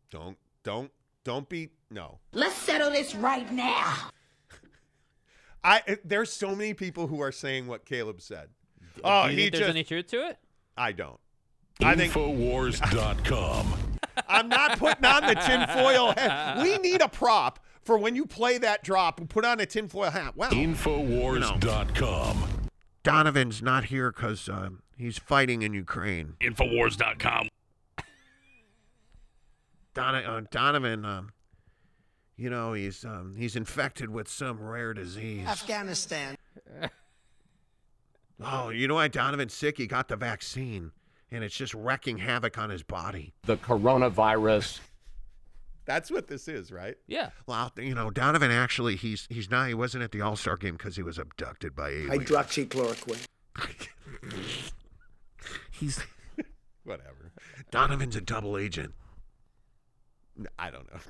Speaker 4: Don't, don't, don't be, no.
Speaker 14: Let's settle this right now.
Speaker 4: <laughs> I it- there's so many people who are saying what Caleb said. Oh,
Speaker 3: Do you
Speaker 4: he
Speaker 3: think
Speaker 4: just
Speaker 3: there's any truth to it?
Speaker 4: I don't.
Speaker 1: I think Infowars.com.
Speaker 4: I'm not putting on the tinfoil
Speaker 3: <laughs>
Speaker 4: hat. We need a prop for when you play that drop. We put on a tinfoil hat. Wow.
Speaker 1: Infowars.com.
Speaker 4: Donovan's not here because um, he's fighting in Ukraine.
Speaker 15: Infowars.com.
Speaker 4: Don- uh, Donovan, um, you know, he's um, he's infected with some rare disease.
Speaker 14: Afghanistan.
Speaker 4: Oh, you know why Donovan's sick? He got the vaccine, and it's just wrecking havoc on his body.
Speaker 16: The coronavirus.
Speaker 4: That's what this is, right?
Speaker 3: Yeah.
Speaker 4: Well, you know, Donovan actually he's he's not he wasn't at the All Star game because he was abducted by aliens.
Speaker 6: Hydroxychloroquine.
Speaker 4: he's whatever. Donovan's a double agent. N- I don't know.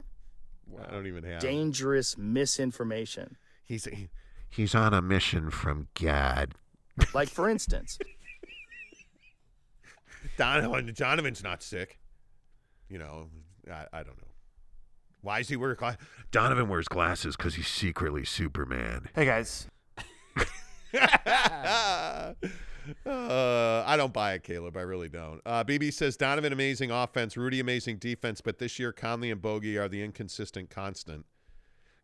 Speaker 4: <laughs> I don't even have.
Speaker 17: Dangerous misinformation.
Speaker 4: He's He's on a mission from God.
Speaker 17: like, for instance,
Speaker 4: Donovan Donovan's not sick. You know, I, I don't know. Why is he wearing glasses? Donovan wears glasses because he's secretly Superman.
Speaker 10: <laughs> Hey guys.
Speaker 4: Uh, I don't buy it, Caleb. I really don't. Uh, BB says Donovan amazing offense, Rudy amazing defense, but this year Conley and Bogey are the inconsistent constant.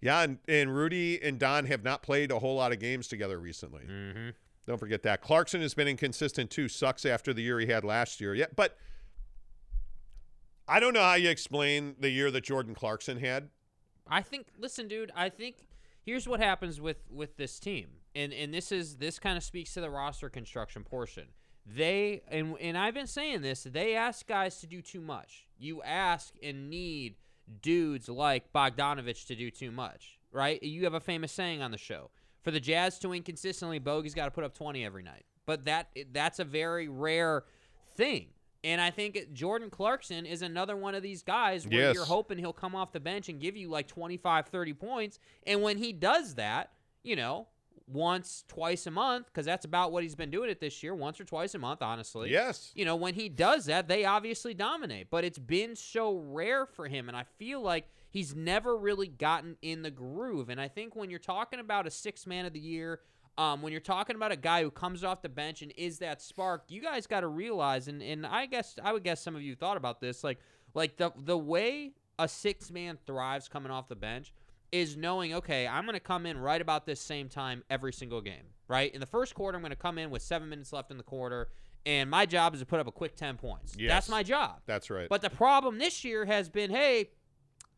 Speaker 4: Yeah, and, and Rudy and Don have not played a whole lot of games together recently. Mm-hmm. Don't forget that Clarkson has been inconsistent too. Sucks after the year he had last year. Yeah, but I don't know how you explain the year that Jordan Clarkson had.
Speaker 3: I think listen dude, I think here's what happens with with this team. And and this is this kind of speaks to the roster construction portion. They and and I've been saying this, they ask guys to do too much. You ask and need dudes like Bogdanovich to do too much, right? You have a famous saying on the show. For the Jazz to win consistently, Bogey's got to put up 20 every night. But that that's a very rare thing. And I think Jordan Clarkson is another one of these guys where
Speaker 13: Yes.
Speaker 3: you're hoping he'll come off the bench and give you like 25, 30 points. And when he does that, you know, once, twice a month, because that's about what he's been doing it this year, once or twice a month, honestly.
Speaker 4: Yes.
Speaker 3: You know, when he does that, they obviously dominate. But it's been so rare for him. And I feel like he's never really gotten in the groove. And I think when you're talking about a six man of the year, um, when you're talking about a guy who comes off the bench and is that spark, you guys got to realize, and, and I guess I would guess some of you thought about this, like like the the way a six man thrives coming off the bench is knowing, okay, I'm going to come in right about this same time every single game, right? In the first quarter, I'm going to come in with seven minutes left in the quarter, and my job is to put up a quick ten points.
Speaker 4: Yes.
Speaker 3: That's my job.
Speaker 4: That's right.
Speaker 3: But the problem this year has been, hey,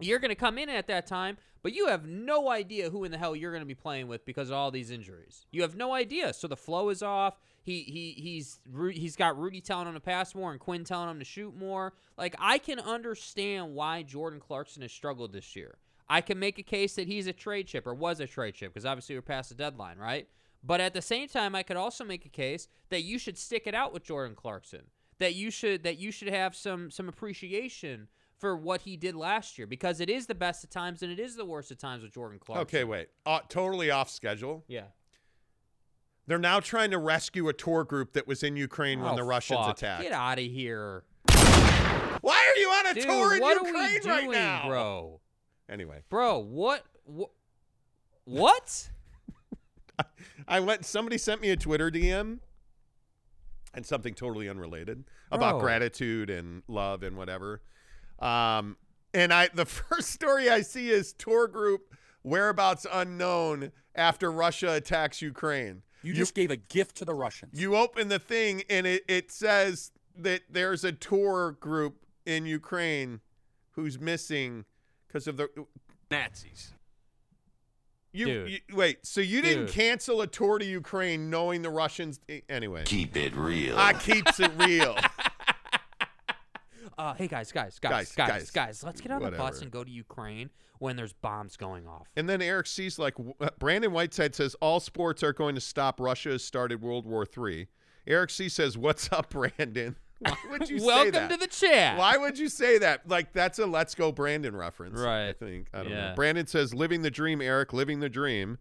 Speaker 3: you're going to come in at that time, but you have no idea who in the hell you're going to be playing with because of all these injuries. You have no idea. So the flow is off. He he he's Ru- he's got Rudy telling him to pass more and Quinn telling him to shoot more. Like I can understand why Jordan Clarkson has struggled this year. I can make a case that he's a trade chip or was a trade chip because obviously we're past the deadline, right? But at the same time, I could also make a case that you should stick it out with Jordan Clarkson. That you should that you should have some some appreciation for what he did last year because it is the best of times and it is the worst of times with Jordan Clarkson.
Speaker 4: Okay, wait. Uh, totally off schedule.
Speaker 3: Yeah.
Speaker 4: They're now trying to rescue a tour group that was in Ukraine when
Speaker 3: Oh,
Speaker 4: the Russians
Speaker 3: fuck.
Speaker 4: attacked.
Speaker 3: Get out of here.
Speaker 4: Why are you on a
Speaker 3: Dude,
Speaker 4: tour in
Speaker 3: what are we
Speaker 4: Ukraine right
Speaker 3: doing,
Speaker 4: now,
Speaker 3: bro?
Speaker 4: Anyway,
Speaker 3: Bro, what what what?
Speaker 4: I went. Somebody sent me a Twitter DM and something totally unrelated about
Speaker 12: Bro.
Speaker 4: gratitude and love and whatever. Um, and I the <laughs> first story I see is tour group whereabouts unknown after Russia attacks Ukraine.
Speaker 12: You just gave a gift to the Russians.
Speaker 4: You open the thing and it, it says that there's a tour group in Ukraine who's missing because of the
Speaker 12: Nazis.
Speaker 4: You,
Speaker 12: Dude.
Speaker 4: you wait. So you didn't
Speaker 12: Dude.
Speaker 4: cancel a tour to Ukraine knowing the Russians? eh, Anyway,
Speaker 12: Keep it real.
Speaker 4: I keeps it real. <laughs>
Speaker 3: Uh, hey guys, guys,
Speaker 4: Guys,
Speaker 3: guys, guys, guys,
Speaker 4: guys,
Speaker 3: let's get on the bus
Speaker 4: whatever.
Speaker 3: and go to Ukraine when there's bombs going off.
Speaker 4: And then Eric sees like w- uh," Brandon Whiteside says all sports are going to stop. Russia has started World War III. Eric C says, "What's up, Brandon? <laughs> Why would you say
Speaker 3: Welcome
Speaker 4: that?
Speaker 3: to the chat.
Speaker 4: Why would you say that? Like that's a "Let's Go Brandon" reference, right? I think I don't know.
Speaker 12: Yeah.
Speaker 4: Brandon says, "Living the dream, Eric. Living the dream."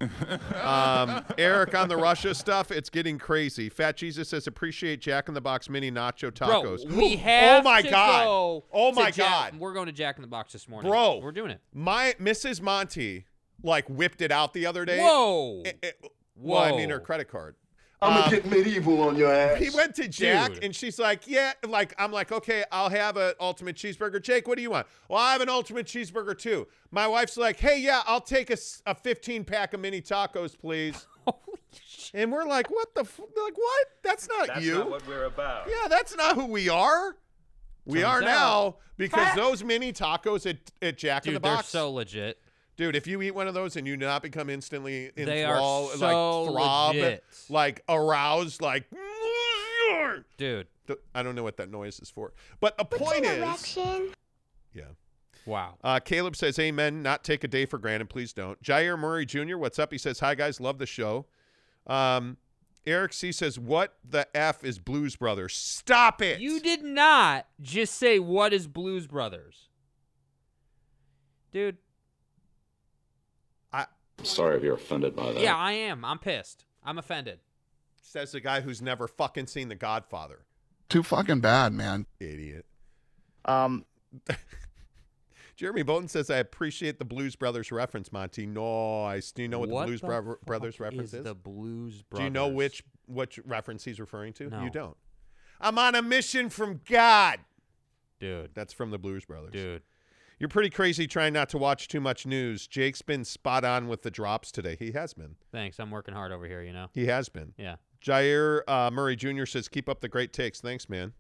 Speaker 4: um, Eric on the Russia stuff, it's getting crazy. Fat Jesus says, "Appreciate Jack in the Box mini nacho
Speaker 3: Bro,
Speaker 4: tacos."
Speaker 3: we have
Speaker 4: oh my
Speaker 3: to
Speaker 4: god!
Speaker 3: go
Speaker 4: oh
Speaker 3: to
Speaker 4: my
Speaker 3: Jack-
Speaker 4: god!
Speaker 3: We're going to Jack in the Box this morning.
Speaker 4: Bro,
Speaker 3: We're doing it.
Speaker 4: My Mrs. Monty like whipped it out the other day.
Speaker 3: Whoa.
Speaker 4: Eh, eh, Well, I mean
Speaker 3: Whoa. <laughs>
Speaker 4: her credit card.
Speaker 6: I'ma
Speaker 4: Um,
Speaker 6: get medieval on your ass.
Speaker 4: He went to Jack
Speaker 6: Dude.
Speaker 4: and she's like, "Yeah, like I'm like, okay, I'll have an ultimate cheeseburger." Jake, what do you want? Well, I have an ultimate cheeseburger too. My wife's like, "Hey, yeah, I'll take a, s- a 15 pack of mini tacos, please." and we're like, "What the f-? like what? That's not you."
Speaker 13: we're about.
Speaker 4: Yeah, that's not who we are. We
Speaker 13: Turns
Speaker 4: are
Speaker 13: out.
Speaker 4: now because
Speaker 13: Fact.
Speaker 4: those mini tacos at, at Jack in
Speaker 3: Dude,
Speaker 4: the
Speaker 3: they're
Speaker 4: Box.
Speaker 3: so legit.
Speaker 4: Dude, if you eat one of those and you do not become instantly
Speaker 3: They are
Speaker 4: enthralled,
Speaker 3: so
Speaker 4: like throb,
Speaker 3: legit.
Speaker 4: like aroused, like <laughs>
Speaker 3: dude.
Speaker 4: I don't know what that noise is for, but the point is, yeah.
Speaker 3: Wow.
Speaker 4: Uh, Caleb says, "Amen." Not take a day for granted, please don't. Jair Murray Jr. What's up? He says, "Hi guys, love the show." Um, Eric C says, "What the f is Blues Brothers? Stop it!"
Speaker 3: You did not just say what is Blues Brothers. Dude,
Speaker 7: I'm sorry if you're offended
Speaker 4: Uh,
Speaker 7: by that.
Speaker 3: yeah, I am. I'm pissed. I'm offended.
Speaker 4: Says the guy who's never fucking seen The Godfather.
Speaker 11: Too fucking bad, man.
Speaker 4: Idiot.
Speaker 17: Um,
Speaker 4: Jeremy Bolton says, I appreciate the Blues Brothers reference, Monty. Nice. Do you know what,
Speaker 3: What
Speaker 4: the Blues
Speaker 3: the
Speaker 4: Bro-
Speaker 3: fuck
Speaker 4: Brothers reference
Speaker 3: is the Blues
Speaker 4: Do you know
Speaker 3: Brothers?
Speaker 4: which which reference he's referring to?
Speaker 3: No.
Speaker 4: You don't. I'm on a mission from God.
Speaker 3: Dude.
Speaker 4: That's from the Blues Brothers.
Speaker 3: Dude.
Speaker 4: You're pretty crazy trying not to watch too much news. Jake's been spot on with the drops today. He has been.
Speaker 3: Thanks. I'm working hard over here, you know?
Speaker 4: He has been.
Speaker 3: Yeah.
Speaker 4: Jair uh, Murray Jr. says, "Keep up the great takes, thanks, man."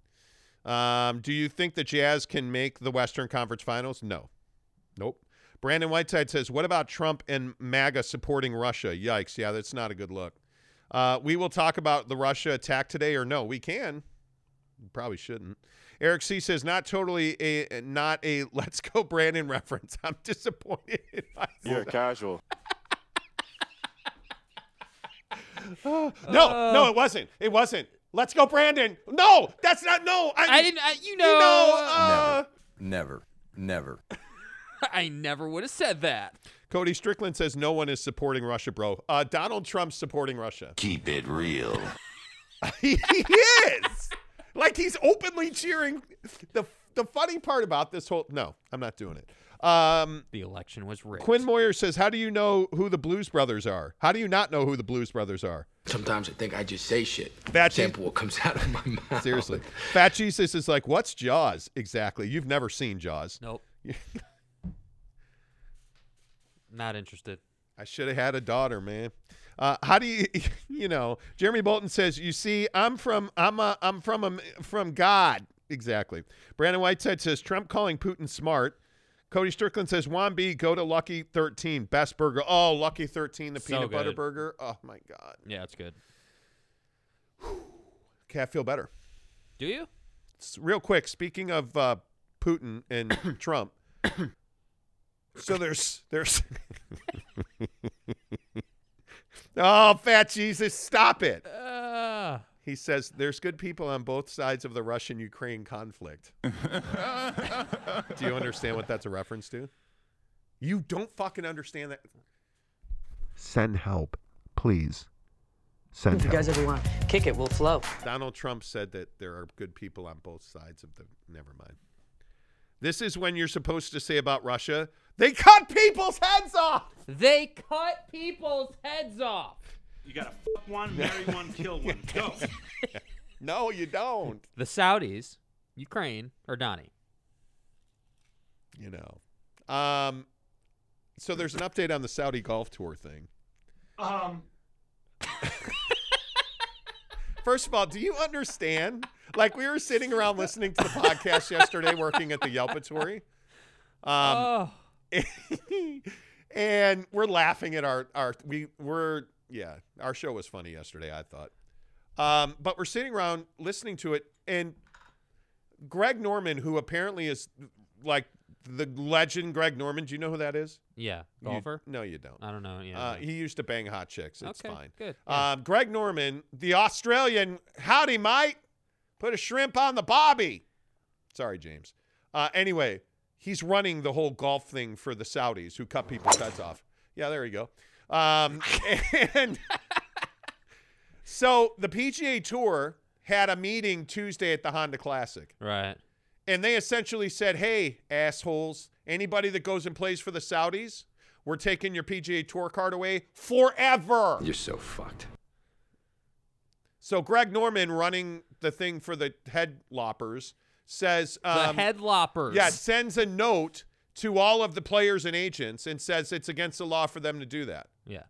Speaker 4: Um, do you think the Jazz can make the Western Conference Finals? No, nope. Brandon Whiteside says, "What about Trump and MAGA supporting Russia? Yikes! Yeah, that's not a good look." Uh, we will talk about the Russia attack today, or no? We can. Probably shouldn't. Eric C says, "Not totally a not a <laughs> let's go Brandon reference." I'm disappointed. in myself.
Speaker 15: You're casual.
Speaker 4: <laughs> no, no, it wasn't. It wasn't. Let's go, Brandon. No, that's not. No, I,
Speaker 3: I didn't- I- you know,
Speaker 4: You know.
Speaker 3: uh,
Speaker 4: Uh,
Speaker 13: Never, never.
Speaker 3: <laughs> I never would have said that.
Speaker 4: Cody Strickland says no one is supporting Russia, bro. Uh, Donald Trump's supporting Russia.
Speaker 12: Keep it real.
Speaker 4: <laughs> he is. Like he's openly cheering. The the funny part about this whole no, I'm not doing it. Um,
Speaker 3: The election was rigged.
Speaker 4: Quinn Moyer says, "How do you know who the Blues Brothers are? How do you not know who the Blues Brothers are?"
Speaker 16: Sometimes I think I just say shit.
Speaker 4: That's
Speaker 16: Sample what comes out of my
Speaker 12: <laughs>
Speaker 16: mouth.
Speaker 4: Seriously. Fat Jesus is like, what's Jaws exactly? You've never seen Jaws. <laughs>
Speaker 3: Nope. Not interested.
Speaker 4: I should have had a daughter, man. Uh, how do you, <laughs> you know? Jeremy Bolton says, "You see, I'm from, I'm, a, I'm from, a, from God." Exactly. Brandon Whiteside says, "Trump calling Putin smart." Cody Strickland says, Juan B, go to Lucky 13, best burger. Oh, Lucky 13, the
Speaker 3: So
Speaker 4: peanut butter
Speaker 3: good.
Speaker 4: burger. Oh, my God.
Speaker 3: Yeah, it's good.
Speaker 4: Okay, I feel better.
Speaker 3: Do you?
Speaker 4: S- Real quick, speaking of uh, Putin
Speaker 3: <coughs>
Speaker 4: and Trump. so there's, there's. <laughs> oh, fat Jesus, stop it.
Speaker 3: Uh,
Speaker 4: He says there's good people on both sides of the Russian Ukraine <laughs> conflict. Do you understand what that's a reference to? You don't fucking understand that.
Speaker 15: Send help, please. Send help.
Speaker 4: ever
Speaker 18: want, kick it, we'll flow.
Speaker 4: Donald Trump said that there are good people on both sides of the. Never mind. This is when you're supposed to say about Russia, they cut people's heads off.
Speaker 3: They cut people's heads off.
Speaker 19: You gotta fuck one, marry one, kill one. Go.
Speaker 4: No, you don't.
Speaker 3: The Saudis, Ukraine, or Donnie.
Speaker 4: You know. Um, so there's an update on the Saudi golf tour thing.
Speaker 19: Um,
Speaker 4: First of all, do you understand? Like we were sitting around listening to the podcast yesterday, working at the Yelpatory, um, <laughs> and we're laughing at our our we were yeah our show was funny yesterday I thought, um, but we're sitting around listening to it and Greg Norman, who apparently is like the legend Greg Norman. Do you know who that is?
Speaker 3: Yeah,
Speaker 4: You-
Speaker 3: golfer.
Speaker 4: no, you don't.
Speaker 3: I don't know. Yeah,
Speaker 4: Uh,
Speaker 3: no.
Speaker 4: he used to bang hot chicks. It's
Speaker 3: Okay,
Speaker 4: fine.
Speaker 3: good,
Speaker 4: Um, Greg Norman, the Australian, howdy, mate. Put a shrimp on the bobby. Sorry, James. Uh, anyway, he's running the whole golf thing for the Saudis who cut people's heads off. Yeah, there you go. Um, <laughs> and so the PGA Tour had a meeting Tuesday at the Honda Classic.
Speaker 3: Right.
Speaker 4: And they essentially said, hey, assholes, anybody that goes and plays for the Saudis, we're taking your PGA Tour card away forever.
Speaker 16: You're so fucked.
Speaker 4: So Greg Norman running the thing for the head loppers says um,
Speaker 3: the head loppers.
Speaker 4: Yeah, sends a note to all of the players and agents and says it's against the law for them to do that.
Speaker 3: Yeah.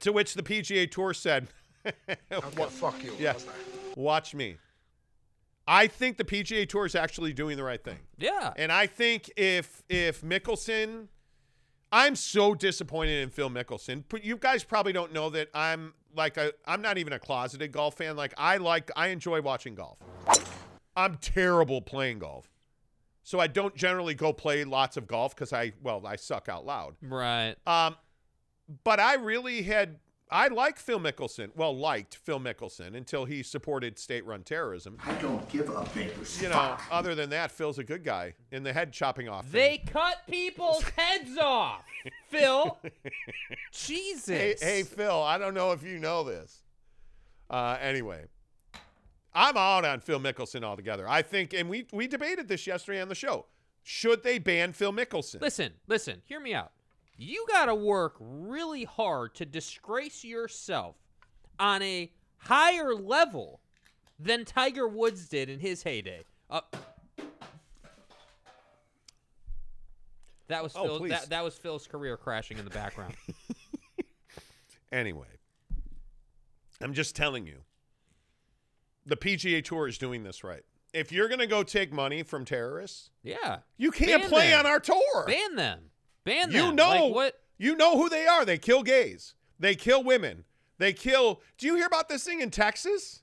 Speaker 4: To which the PGA Tour said, <laughs> "What
Speaker 16: fuck you."
Speaker 4: Yeah, watch me. I think the PGA Tour is actually doing the right thing.
Speaker 3: Yeah.
Speaker 4: And I think if if Mickelson, I'm so disappointed in Phil Mickelson. But you guys probably don't know that I'm like a I'm not even a closeted golf fan. Like I like I enjoy watching golf. I'm terrible playing golf. So I don't generally go play lots of golf because I well, I suck out loud.
Speaker 3: Right.
Speaker 4: Um, but I really had I like Phil Mickelson. Well, liked Phil Mickelson until he supported state-run terrorism. I don't give a
Speaker 5: baker's
Speaker 4: You know, other than that, Phil's a good guy in the head chopping off. thing.
Speaker 3: They cut people's heads
Speaker 4: <laughs>
Speaker 3: off. Phil. Jesus.
Speaker 4: Hey, hey, Phil, I don't know if you know this. Uh, anyway, I'm out on Phil Mickelson altogether. I think, and we we debated this yesterday on the show. Should they ban Phil Mickelson?
Speaker 3: Listen, listen, hear me out. You got to work really hard to disgrace yourself on a higher level than Tiger Woods did in his heyday. Uh, that was
Speaker 4: Oh,
Speaker 3: Phil,
Speaker 4: please.
Speaker 3: that, that was Phil's career crashing in the
Speaker 4: <laughs>
Speaker 3: background.
Speaker 4: Anyway, I'm just telling you, the PGA Tour is doing this right. If you're going to go take money from terrorists,
Speaker 3: yeah,
Speaker 4: you can't play on our tour.
Speaker 3: Ban them. Ban them.
Speaker 4: you know
Speaker 3: Like, what?
Speaker 4: You know who they are. They kill gays. They kill women. They kill. Do you hear about this thing in Texas?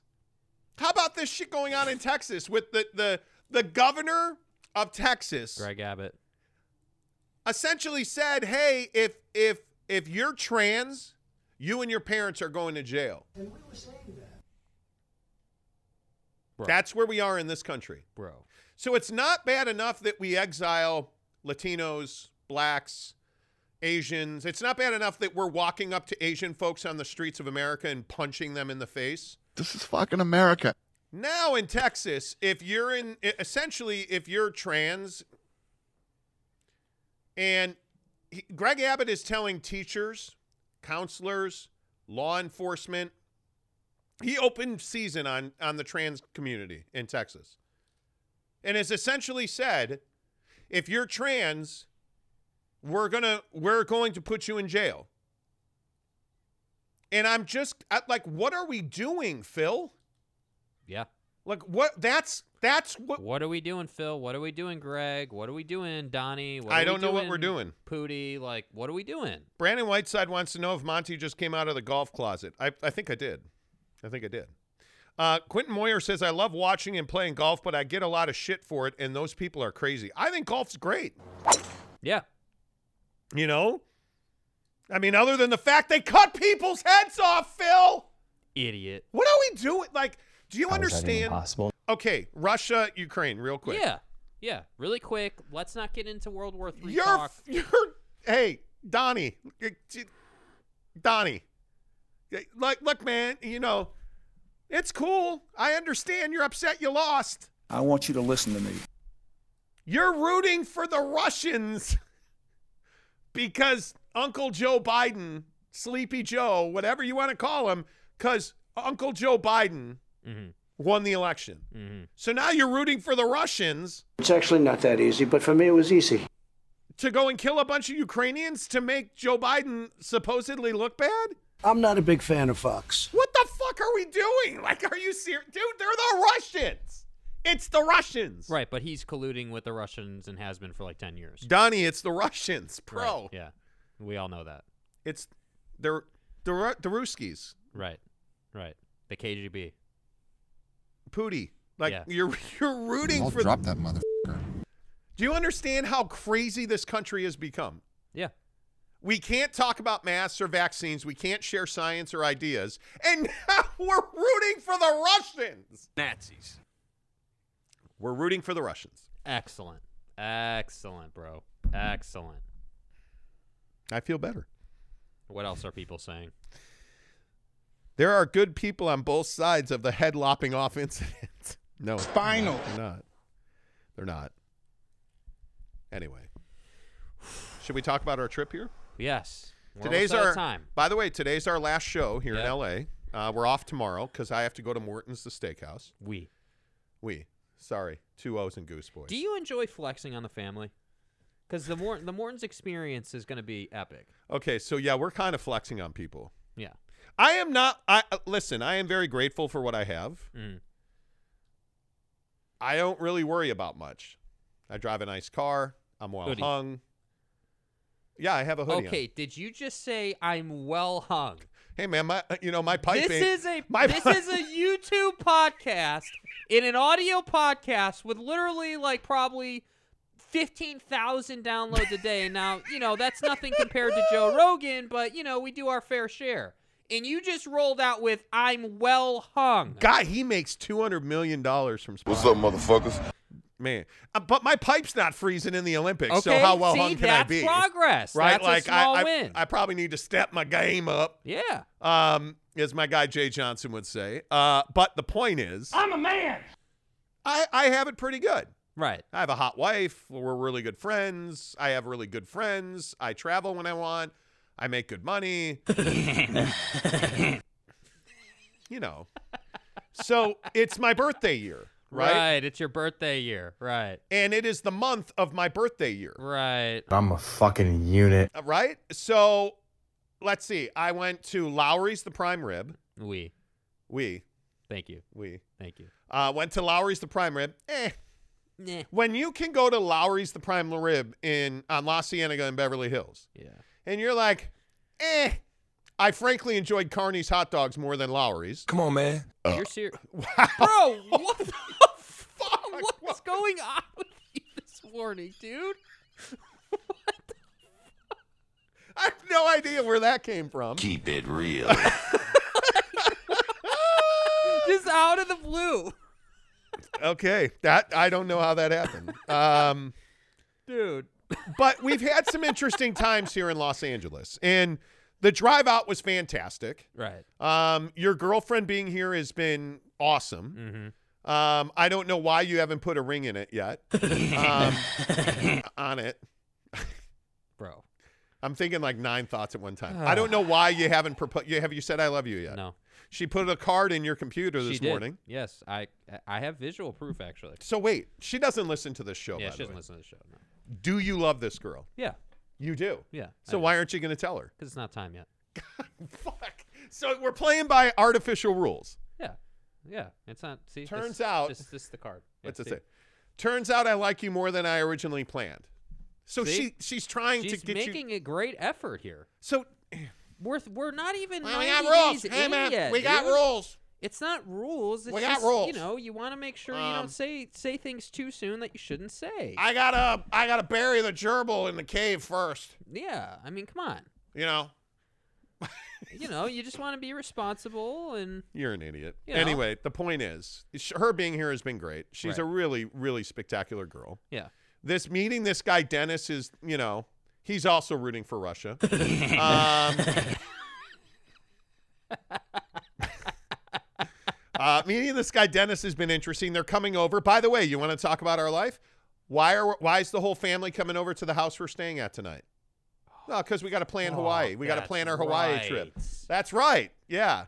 Speaker 4: How about this shit going on in Texas with the the the governor of Texas?
Speaker 3: Greg Abbott.
Speaker 4: essentially said, "Hey, if if if you're trans, you and your parents are going to jail."
Speaker 3: Bro.
Speaker 4: That's where we are in this country.
Speaker 3: Bro.
Speaker 4: So it's not bad enough that we exile Latinos, blacks, Asians. It's not bad enough that we're walking up to Asian folks on the streets of America and punching them in the face.
Speaker 11: This is fucking America.
Speaker 4: Now in Texas, if you're in e, essentially if you're trans and he, Greg Abbott is telling teachers, counselors, law enforcement, he opened season on on the trans community in Texas. And has essentially said, if you're trans, we're going to we're going to put you in jail. And I'm just I- like what are we doing, Phil?
Speaker 3: Yeah.
Speaker 4: Like what? That's that's what.
Speaker 3: What are we doing, Phil? What are we doing, Greg? What are we doing, Donnie? What
Speaker 4: I
Speaker 3: are
Speaker 4: don't
Speaker 3: we
Speaker 4: know what we're doing.
Speaker 3: Pooty, like, what are we doing?
Speaker 4: Brandon Whiteside wants to know if Monty just came out of the golf closet. I, I think I did. I think I did. Uh, Quentin Moyer says, I love watching and playing golf, but I get a lot of shit for it, and those people are crazy. I think golf's great.
Speaker 3: Yeah.
Speaker 4: You know? I mean, other than the fact they cut people's heads off, Phil.
Speaker 3: Idiot.
Speaker 4: What are we doing? Like, do you understand? Okay, Russia, Ukraine, real quick.
Speaker 3: Yeah. Yeah. Really quick. Let's not get into World War Three
Speaker 4: You're,
Speaker 3: talk.
Speaker 4: you're, hey, Donnie, you- you- Donnie, Yeah, look, look, man, you know, it's cool. I understand you're upset you lost.
Speaker 18: I want you to listen to me.
Speaker 4: You're rooting for the Russians <laughs> because Uncle Joe Biden, Sleepy Joe, whatever you want to call him, because Uncle Joe Biden won the election.
Speaker 3: Mm-hmm.
Speaker 4: So now you're rooting for the Russians
Speaker 6: It's actually not that easy, but for me it was easy.
Speaker 4: to go and kill a bunch of Ukrainians to make Joe Biden supposedly look bad?
Speaker 20: I'm not a big fan of Fox.
Speaker 4: What the fuck are we doing? <laughs> Like, are you serious? Dude, they're the Russians. It's the Russians.
Speaker 3: Right, but he's colluding with the Russians and has been for like ten years.
Speaker 4: Donnie, it's the Russians,
Speaker 3: Right,
Speaker 4: bro.
Speaker 3: Yeah. We all know that.
Speaker 4: It's they're the Ru- the Ruskies,
Speaker 3: Right. Right. The KGB.
Speaker 4: Pooty. Like
Speaker 3: Yeah.
Speaker 4: you're <laughs> you're rooting
Speaker 11: I'll
Speaker 4: for.
Speaker 11: drop that motherfucker.
Speaker 4: Do you understand how crazy this country has become?
Speaker 3: Yeah.
Speaker 4: We can't talk about masks or vaccines. We can't share science or ideas, and now <laughs> we're rooting for the Russians.
Speaker 12: Nazis.
Speaker 4: We're rooting for the Russians.
Speaker 3: Excellent. Excellent, bro. Excellent.
Speaker 4: I feel better.
Speaker 3: What else are people saying?
Speaker 4: There are good people on both sides of the head lopping off <laughs> incident. No, they're not.
Speaker 21: Spinal.
Speaker 4: They're not. They're not. Anyway, should we talk about our trip here?
Speaker 3: Yes. We're
Speaker 4: today's
Speaker 3: almost out
Speaker 4: our
Speaker 3: of time.
Speaker 4: By the way, today's our last show here
Speaker 3: Yeah.
Speaker 4: in LA. Uh, we're off tomorrow because I have to go to Morton's the Steakhouse.
Speaker 3: We.
Speaker 4: We. Sorry, two O's and Goose Boys.
Speaker 3: Do you enjoy flexing on the family? Because the Mor- the Morton's experience is going to be epic.
Speaker 4: okay, so yeah, we're kind of flexing on people.
Speaker 3: Yeah.
Speaker 4: I am not. I uh, listen. I am very grateful for what I have.
Speaker 3: Mm.
Speaker 4: I don't really worry about much. I drive a nice car. I'm well
Speaker 3: Hoodie.
Speaker 4: hung. Oh, Yeah, I have a hoodie. on.
Speaker 3: Okay, did you just say I'm well hung?
Speaker 4: Hey man, my uh, you know my pipe.
Speaker 3: this
Speaker 4: ain't-
Speaker 3: is a
Speaker 4: my <laughs>
Speaker 3: this
Speaker 4: pipe-
Speaker 3: is a YouTube podcast in an audio podcast with literally like probably fifteen thousand downloads a day. And now you know that's nothing compared to Joe Rogan, but you know we do our fair share. And you just rolled out with I'm well hung.
Speaker 4: guy. He makes two hundred million dollars from. Spotify.
Speaker 22: What's up, motherfuckers?
Speaker 4: man? Uh, but my pipe's not freezing in the Olympics, so
Speaker 3: Okay,
Speaker 4: how well
Speaker 3: see,
Speaker 4: hung can I
Speaker 3: that's
Speaker 4: be?
Speaker 3: progress.
Speaker 4: right?
Speaker 3: That's a
Speaker 4: like
Speaker 3: small
Speaker 4: I, I,
Speaker 3: win.
Speaker 4: I probably need to step my game up.
Speaker 3: Yeah.
Speaker 4: Um, as my guy Jay Johnson would say. Uh, but the point is,
Speaker 9: I'm a man.
Speaker 4: I, I have it pretty good.
Speaker 3: Right.
Speaker 4: I have a hot wife. We're really good friends. I have really good friends. I travel when I want. I make good money. you know. So it's my birthday year, right?
Speaker 3: It's your birthday year. Right.
Speaker 4: And it is the month of my birthday year,
Speaker 3: Right.
Speaker 4: Oh.
Speaker 23: I'm a fucking unit.
Speaker 4: uh, right? So let's see. I went to Lowry's the prime rib.
Speaker 3: We.
Speaker 4: We.
Speaker 3: Thank you.
Speaker 4: We.
Speaker 3: Thank you.
Speaker 4: Uh, went to Lowry's the prime rib. Eh.
Speaker 3: Nah.
Speaker 4: When you can go to Lowry's the prime rib in on La Cienega in Beverly Hills,
Speaker 3: Yeah.
Speaker 4: and you're like, eh. I frankly enjoyed Carney's hot dogs more than Lowry's. Come on, man.
Speaker 3: You're <laughs> serious. Bro, what <laughs> the fuck? What's going on with you this morning, dude?
Speaker 4: <laughs> I have no idea where that came from.
Speaker 12: Keep it real.
Speaker 3: <laughs> Just out of the blue.
Speaker 4: Okay, that I don't know how that happened. Um,
Speaker 3: Dude.
Speaker 4: but we've had some interesting times here in Los Angeles, and the drive out was fantastic.
Speaker 3: Right.
Speaker 4: Um, your girlfriend being here has been awesome.
Speaker 3: Mm-hmm.
Speaker 4: Um, I don't know why you haven't put a ring in it yet. um, on it,
Speaker 3: Bro.
Speaker 4: I'm thinking like nine thoughts at one time.
Speaker 3: <sighs>
Speaker 4: I don't know why you haven't proposed. You have you said I love you yet?
Speaker 3: No.
Speaker 4: She put a card in your computer
Speaker 3: She
Speaker 4: this
Speaker 3: did.
Speaker 4: morning.
Speaker 3: Yes, I I have visual proof actually.
Speaker 4: So wait, she doesn't listen to this show.
Speaker 3: yeah,
Speaker 4: Oh, by
Speaker 3: she
Speaker 4: the
Speaker 3: doesn't
Speaker 4: way.
Speaker 3: listen to the show. No.
Speaker 4: Do you love this girl?
Speaker 3: Yeah.
Speaker 4: You do.
Speaker 3: Yeah.
Speaker 4: So why aren't you going to tell her? <laughs>
Speaker 3: Because it's not time yet.
Speaker 4: So we're playing by artificial rules.
Speaker 3: Yeah. Yeah, it's not. See,
Speaker 4: Turns
Speaker 3: this-
Speaker 4: out-
Speaker 3: this, this is the card. Yeah,
Speaker 4: What's it
Speaker 3: see?
Speaker 4: say? Turns out I like you more than I originally planned. So
Speaker 3: See?
Speaker 4: she she's trying
Speaker 3: She's
Speaker 4: to get you.
Speaker 3: making a great effort here.
Speaker 4: So
Speaker 3: we're we're not even.
Speaker 4: Well, we got
Speaker 3: 90
Speaker 4: rules.
Speaker 3: days
Speaker 4: Hey,
Speaker 3: in
Speaker 4: man,
Speaker 3: yet,
Speaker 4: we got
Speaker 3: dude.
Speaker 4: rules.
Speaker 3: It's not rules. It's
Speaker 4: We got
Speaker 3: just, You
Speaker 4: rules.
Speaker 3: know, you want to make sure you
Speaker 4: Um,
Speaker 3: don't say say things too soon that you shouldn't say.
Speaker 4: I gotta I gotta bury the gerbil in the cave first.
Speaker 3: yeah, I mean, come on.
Speaker 4: You know.
Speaker 3: You know, you just want to be responsible and
Speaker 4: You're an idiot.
Speaker 3: You know.
Speaker 4: Anyway, the point is, sh- her being here has been great. She's
Speaker 3: Right.
Speaker 4: a really, really spectacular girl.
Speaker 3: Yeah.
Speaker 4: This meeting this guy Dennis is, you know, he's also rooting
Speaker 3: <laughs>
Speaker 4: for Russia. Um, uh, meeting this guy Dennis has been interesting. They're coming over. By the way, you want to talk about our life? Why are why is the whole family coming over to the house we're staying at tonight? Well, because we got to plan
Speaker 3: Oh,
Speaker 4: Hawaii. We got to
Speaker 3: that's
Speaker 4: plan our Hawaii trip.
Speaker 3: right.
Speaker 4: That's right. Yeah.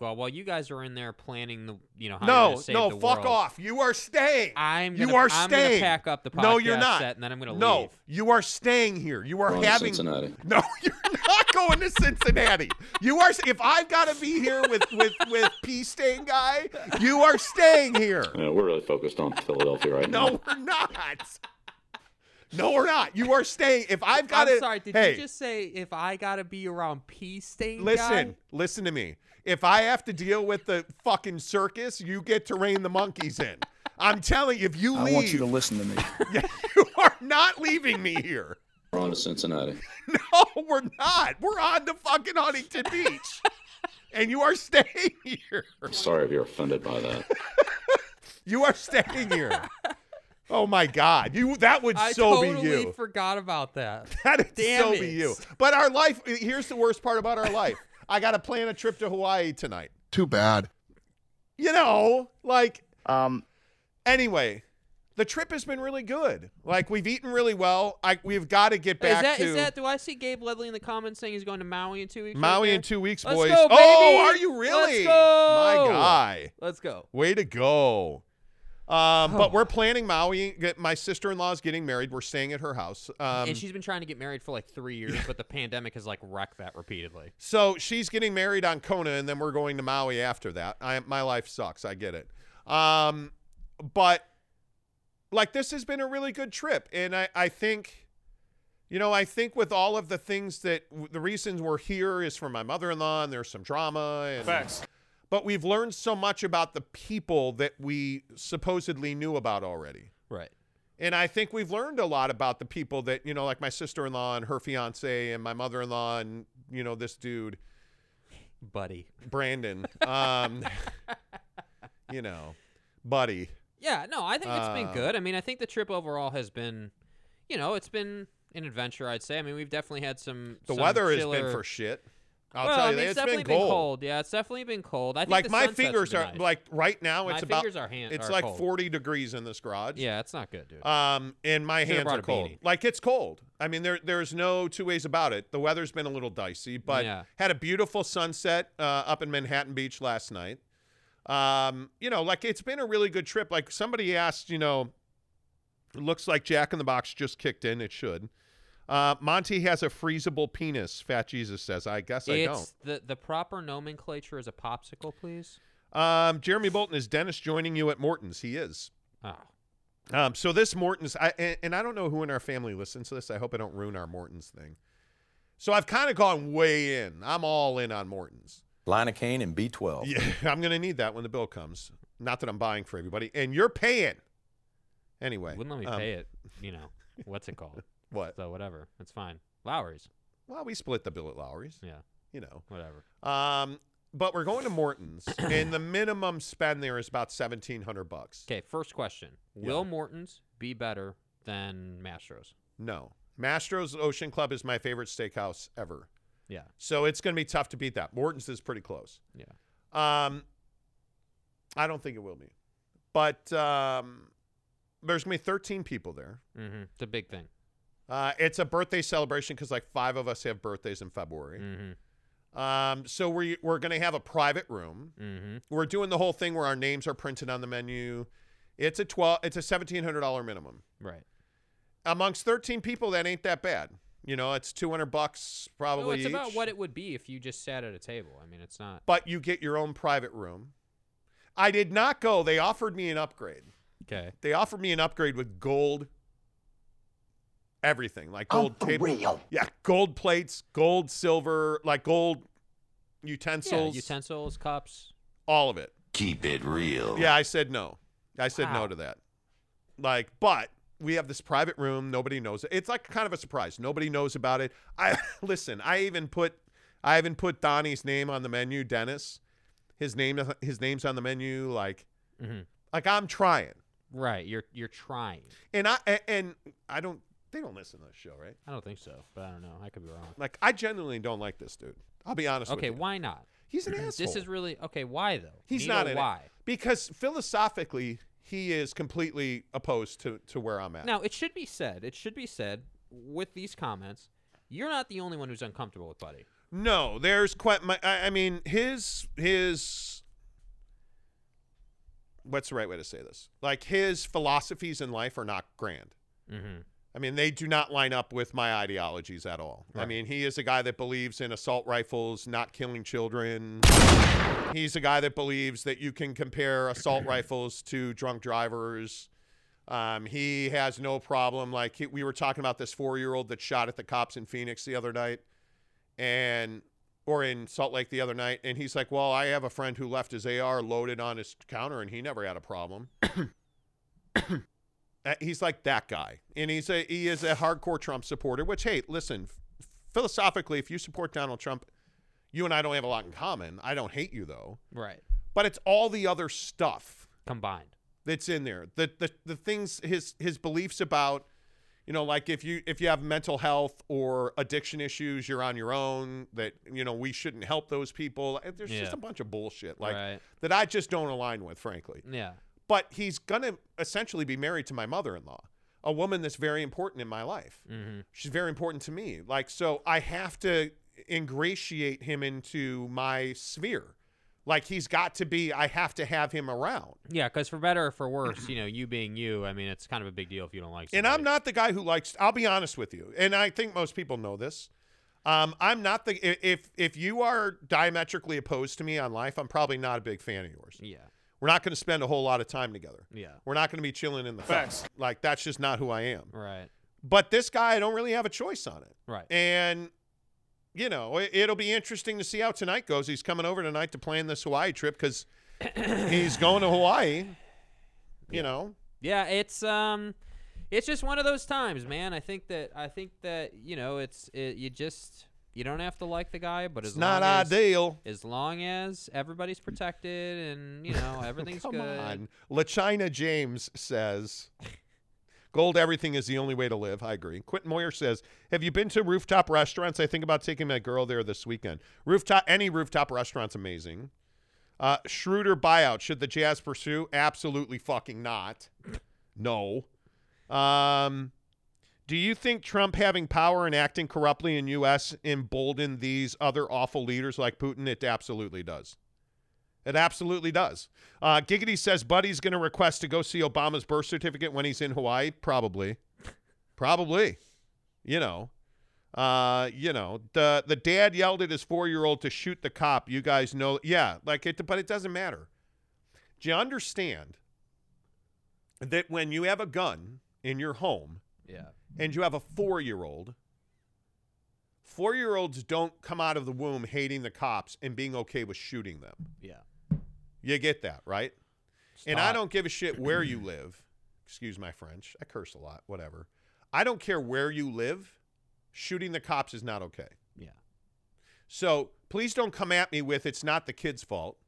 Speaker 3: well, while you guys are in there planning the, you know, how you're
Speaker 4: No,
Speaker 3: gonna save
Speaker 4: no,
Speaker 3: the
Speaker 4: fuck
Speaker 3: world,
Speaker 4: off. You are staying.
Speaker 3: I'm
Speaker 4: you
Speaker 3: gonna-
Speaker 4: are
Speaker 3: I'm gonna
Speaker 4: staying.
Speaker 3: pack up the
Speaker 4: no, you're
Speaker 3: podcast
Speaker 4: not.
Speaker 3: set and then I'm gonna
Speaker 4: no,
Speaker 3: leave.
Speaker 4: you are staying here. You are
Speaker 7: Going to
Speaker 4: having
Speaker 7: Cincinnati.
Speaker 4: No, <laughs> you're not going to Cincinnati. You are. If I've got to be here with with with pea stain guy, you are staying here.
Speaker 7: Yeah, we're really focused on Philadelphia right now.
Speaker 4: No, we're not. No, we're not. You are staying. If I've got
Speaker 3: I'm
Speaker 4: to,
Speaker 3: sorry. Did
Speaker 4: hey,
Speaker 3: you just say if I gotta be around pea stain?
Speaker 4: listen, listen to me. If I have to deal with the fucking circus, you get to rein the monkeys in. I'm telling you, if you
Speaker 17: I
Speaker 4: leave,
Speaker 17: want you to listen to me.
Speaker 4: you <laughs> are not leaving me here. <laughs>
Speaker 7: We're on to Cincinnati.
Speaker 4: No, we're not. We're on to fucking Huntington
Speaker 3: <laughs>
Speaker 4: Beach. and you are staying here.
Speaker 7: I'm sorry if you're offended by that.
Speaker 4: You are staying here. Oh my God. You that would
Speaker 3: I
Speaker 4: so
Speaker 3: totally
Speaker 4: be you.
Speaker 3: forgot about that.
Speaker 4: That'd
Speaker 3: Damn
Speaker 4: so
Speaker 3: it.
Speaker 4: be you. But our life here's the worst part about our life. <laughs> I gotta plan a trip to Hawaii tonight.
Speaker 11: Too bad.
Speaker 4: You know, like
Speaker 17: Um,
Speaker 4: anyway. The trip has been really good. Like we've eaten really well. I we've got to get
Speaker 3: Is
Speaker 4: <laughs> back
Speaker 3: that
Speaker 4: to
Speaker 3: is that? Do I see Gabe Ledley in the comments saying he's going to Maui in two weeks? right
Speaker 4: Maui in
Speaker 3: there?
Speaker 4: two weeks,
Speaker 3: Let's
Speaker 4: boys.
Speaker 3: go, baby!
Speaker 4: Oh, are you
Speaker 3: Let's
Speaker 4: really? My
Speaker 3: go!
Speaker 4: guy.
Speaker 3: Let's go.
Speaker 4: Way to go. Um,
Speaker 3: Oh.
Speaker 4: But we're planning Maui. Get- My sister in law is getting married. We're staying at her house. Um,
Speaker 3: and she's been trying to get married for like three years, but the pandemic has like wrecked that repeatedly.
Speaker 4: so she's getting married on Kona, and then we're going to Maui after that. I, my life sucks. I get it. Um, but like this has been a really good trip, and I, I think. You know, I think with all of the things that the reasons we're here is for my mother-in-law, and there's some drama and
Speaker 12: Facts.
Speaker 4: But we've learned so much about the people that we supposedly knew about already.
Speaker 3: Right.
Speaker 4: And I think we've learned a lot about the people that, you know, like my sister in law and her fiance and my mother in law and, you know, this dude,
Speaker 3: Buddy.
Speaker 4: Brandon. Um, <laughs> you know, buddy.
Speaker 3: Yeah, no, I think it's been
Speaker 4: Uh,
Speaker 3: good. I mean, I think the trip overall has been, you know, it's been an adventure, I'd say. I mean, we've definitely had some.
Speaker 4: The
Speaker 3: some
Speaker 4: weather has
Speaker 3: chiller-
Speaker 4: been for shit. I'll
Speaker 3: well,
Speaker 4: tell
Speaker 3: I mean,
Speaker 4: you, that
Speaker 3: it's,
Speaker 4: it's
Speaker 3: definitely
Speaker 4: been cold.
Speaker 3: Yeah, it's definitely been cold. I think
Speaker 4: Like
Speaker 3: the
Speaker 4: my
Speaker 3: sunsets have
Speaker 4: fingers
Speaker 3: been
Speaker 4: are
Speaker 3: nice.
Speaker 4: like right now
Speaker 3: My
Speaker 4: it's about
Speaker 3: fingers are hand-
Speaker 4: it's
Speaker 3: are
Speaker 4: like
Speaker 3: cold.
Speaker 4: 40 degrees in this garage.
Speaker 3: Yeah, it's not good, dude.
Speaker 4: Um, and my
Speaker 3: Should've
Speaker 4: hands
Speaker 3: brought
Speaker 4: are
Speaker 3: a
Speaker 4: cold.
Speaker 3: beanie.
Speaker 4: Like it's cold. I mean, there there's no two ways about it. The weather's been a little dicey, but
Speaker 3: Yeah.
Speaker 4: had a beautiful sunset uh, up in Manhattan Beach last night. Um, you know, like it's been a really good trip. Like somebody asked, you know, it looks like Jack in the Box just kicked in. It should. Uh, Monty has a freezable penis. Fat Jesus says. I guess I don't.
Speaker 3: it's the the proper nomenclature is a popsicle, please.
Speaker 4: Um, Jeremy Bolton is Dennis joining you at Morton's. He is.
Speaker 3: Oh.
Speaker 4: Um, so this Morton's, I and, and I don't know who in our family listens to this. I hope I don't ruin our Morton's thing. So I've kind of gone way in. I'm all in on Morton's.
Speaker 13: Lidocaine and B12.
Speaker 4: <laughs> Yeah, I'm gonna need that when the bill comes. Not that I'm buying for everybody, and you're paying. Anyway,
Speaker 3: Wouldn't let me
Speaker 4: um,
Speaker 3: pay it. You know what's it
Speaker 4: <laughs>
Speaker 3: called?
Speaker 4: What?
Speaker 3: So whatever, it's fine. Lowry's.
Speaker 4: Well, we split the bill at Lowry's.
Speaker 3: Yeah,
Speaker 4: You know.
Speaker 3: whatever.
Speaker 4: Um, but we're going
Speaker 3: <coughs>
Speaker 4: to Morton's, and the minimum spend there is about seventeen hundred bucks.
Speaker 3: Okay, first question: Will Morton's be better than Mastro's?
Speaker 4: No, Mastro's Ocean Club is my favorite steakhouse ever.
Speaker 3: Yeah,
Speaker 4: So it's going to be tough to beat that. Morton's is pretty close.
Speaker 3: yeah.
Speaker 4: Um, I don't think it will be, but um, there's going to be 13 people there.
Speaker 3: Mm-hmm. It's a big thing.
Speaker 4: Uh, it's a birthday celebration because like five of us have birthdays in February.
Speaker 3: Mm-hmm.
Speaker 4: Um, so we we're going to have a private room.
Speaker 3: Mm-hmm.
Speaker 4: We're doing the whole thing where our names are printed on the menu. It's a twelve. It's a seventeen hundred dollar minimum.
Speaker 3: Right.
Speaker 4: Amongst 13 people, that ain't that bad. You know, it's 200 bucks probably.
Speaker 3: No, it's about
Speaker 4: each.
Speaker 3: what it would be if you just sat at a table. I mean, it's not.
Speaker 4: but you get your own private room. I did not go. They offered me an upgrade.
Speaker 3: Okay.
Speaker 4: They offered me an upgrade with gold everything, like gold table. Yeah, gold plates, gold, silver, like gold utensils,
Speaker 3: Yeah, utensils, cups.
Speaker 4: all of it.
Speaker 12: Keep it real.
Speaker 4: Yeah, I said no. I said no
Speaker 3: Wow.
Speaker 4: to that. Like, but we have this private room. Nobody knows it. It's like kind of a surprise. Nobody knows about it. I <laughs> listen. I even put, I even put Donnie's name on the menu. Dennis, his name, his name's on the menu. Like,
Speaker 3: Mhm.
Speaker 4: like I'm trying,
Speaker 3: Right. You're you're trying.
Speaker 4: and I and, and I don't. They don't listen to this show, right?
Speaker 3: I don't think so, but I don't know. I could be wrong.
Speaker 4: Like, I genuinely don't like this dude. I'll be honest.
Speaker 3: Okay,
Speaker 4: with you.
Speaker 3: why not?
Speaker 4: He's an
Speaker 3: <clears throat> This
Speaker 4: asshole.
Speaker 3: is really okay. Why though?
Speaker 4: He's
Speaker 3: Need
Speaker 4: not
Speaker 3: a
Speaker 4: in it.
Speaker 3: why.
Speaker 4: because philosophically he is completely opposed to to where I'm at.
Speaker 3: Now it should be said. It should be said with these comments. You're not the only one who's uncomfortable with Buddy.
Speaker 4: No, there's quite. My, I, I mean, his his. What's the right way to say this? Like his philosophies in life are not grand.
Speaker 3: Mm-hmm.
Speaker 4: I mean, they do not line up with my ideologies at all. I
Speaker 3: Right.
Speaker 4: mean, he is a guy that believes in assault rifles, not killing children. He's a guy that believes that you can
Speaker 3: <clears throat>
Speaker 4: compare assault rifles to drunk drivers. Um, he has no problem. Like he, we were talking about this four-year-old that shot at the cops in Phoenix the other night, and or in Salt Lake the other night, and he's like, "Well, I have a friend who left his AR loaded on his counter, and he never had a problem." <coughs> Uh, he's like that guy, and he's a he is a hardcore Trump supporter. Which, hey, listen, f- philosophically, if you support Donald Trump, you and I don't have a lot in common. I don't hate you though,
Speaker 3: Right.
Speaker 4: but it's all the other stuff
Speaker 3: Combined.
Speaker 4: that's in there. The the the things his his beliefs about, you know, like if you if you have mental health or addiction issues, you're on your own. That you know we shouldn't help those people. Uh, There's just
Speaker 3: Yeah.
Speaker 4: a bunch of bullshit like
Speaker 3: Right.
Speaker 4: that I just don't align with, frankly
Speaker 3: Yeah.
Speaker 4: but he's going to essentially be married to my mother-in-law a woman that's very important in my life
Speaker 3: Mm-hmm.
Speaker 4: she's very important to me like so i have to ingratiate him into my sphere like he's got to be i have to have him around
Speaker 3: Yeah, because for better or for worse,
Speaker 4: <clears throat>
Speaker 3: you know, you being you, I mean, it's kind of a big deal if you don't like.
Speaker 4: and i'm not the guy who likes i'll be honest with you and i think most people know this um, i'm not the i- if if you are diametrically opposed to me on life i'm probably not a big fan of yours
Speaker 3: Yeah.
Speaker 4: we're not going to spend a whole lot of time together
Speaker 3: Yeah.
Speaker 4: we're not going to be chilling in the
Speaker 3: Facts.
Speaker 4: facts like that's just not who i am
Speaker 3: Right.
Speaker 4: but this guy, I don't really have a choice on it.
Speaker 3: Right.
Speaker 4: And, you know, it, it'll be interesting to see how tonight goes. He's coming over tonight to plan this Hawaii
Speaker 3: <coughs>
Speaker 4: trip because he's going to Hawaii. You know,
Speaker 3: Yeah, it's um, it's just one of those times, man. I think that I think that you know, it's it, you just you don't have to like the guy, but
Speaker 4: it's
Speaker 3: as
Speaker 4: not
Speaker 3: long as,
Speaker 4: ideal.
Speaker 3: As long as everybody's protected and you know everything's
Speaker 4: <laughs> Come
Speaker 3: good.
Speaker 4: on. LaChina James says, Gold everything is the only way to live. I agree. Quentin Moyer says, Have you been to rooftop restaurants? I think about taking my girl there this weekend. Rooftop, any rooftop restaurant's amazing. Uh, Schroeder buyout. Should the Jazz pursue? Absolutely fucking not. No. Um, do you think Trump having power and acting corruptly in U.S. emboldened these other awful leaders like Putin? It absolutely does. It absolutely does. Uh, Giggity says Buddy's going to request to go see Obama's birth certificate when he's in Hawaii. Probably, probably. You know, uh, you know the the dad yelled at his four year old to shoot the cop. You guys know, yeah. Like it, but it doesn't matter. Do you understand that when you have a gun in your home
Speaker 3: Yeah.
Speaker 4: and you have a four year old, four year olds don't come out of the womb hating the cops and being okay with shooting them.
Speaker 3: Yeah.
Speaker 4: You get that, right? And I
Speaker 3: Stop.
Speaker 4: don't give a shit where you live. <clears throat> Excuse my French. I curse a lot, whatever. I don't care where you live. Shooting the cops is not okay.
Speaker 3: Yeah.
Speaker 4: So please don't come at me with it's not the kid's fault.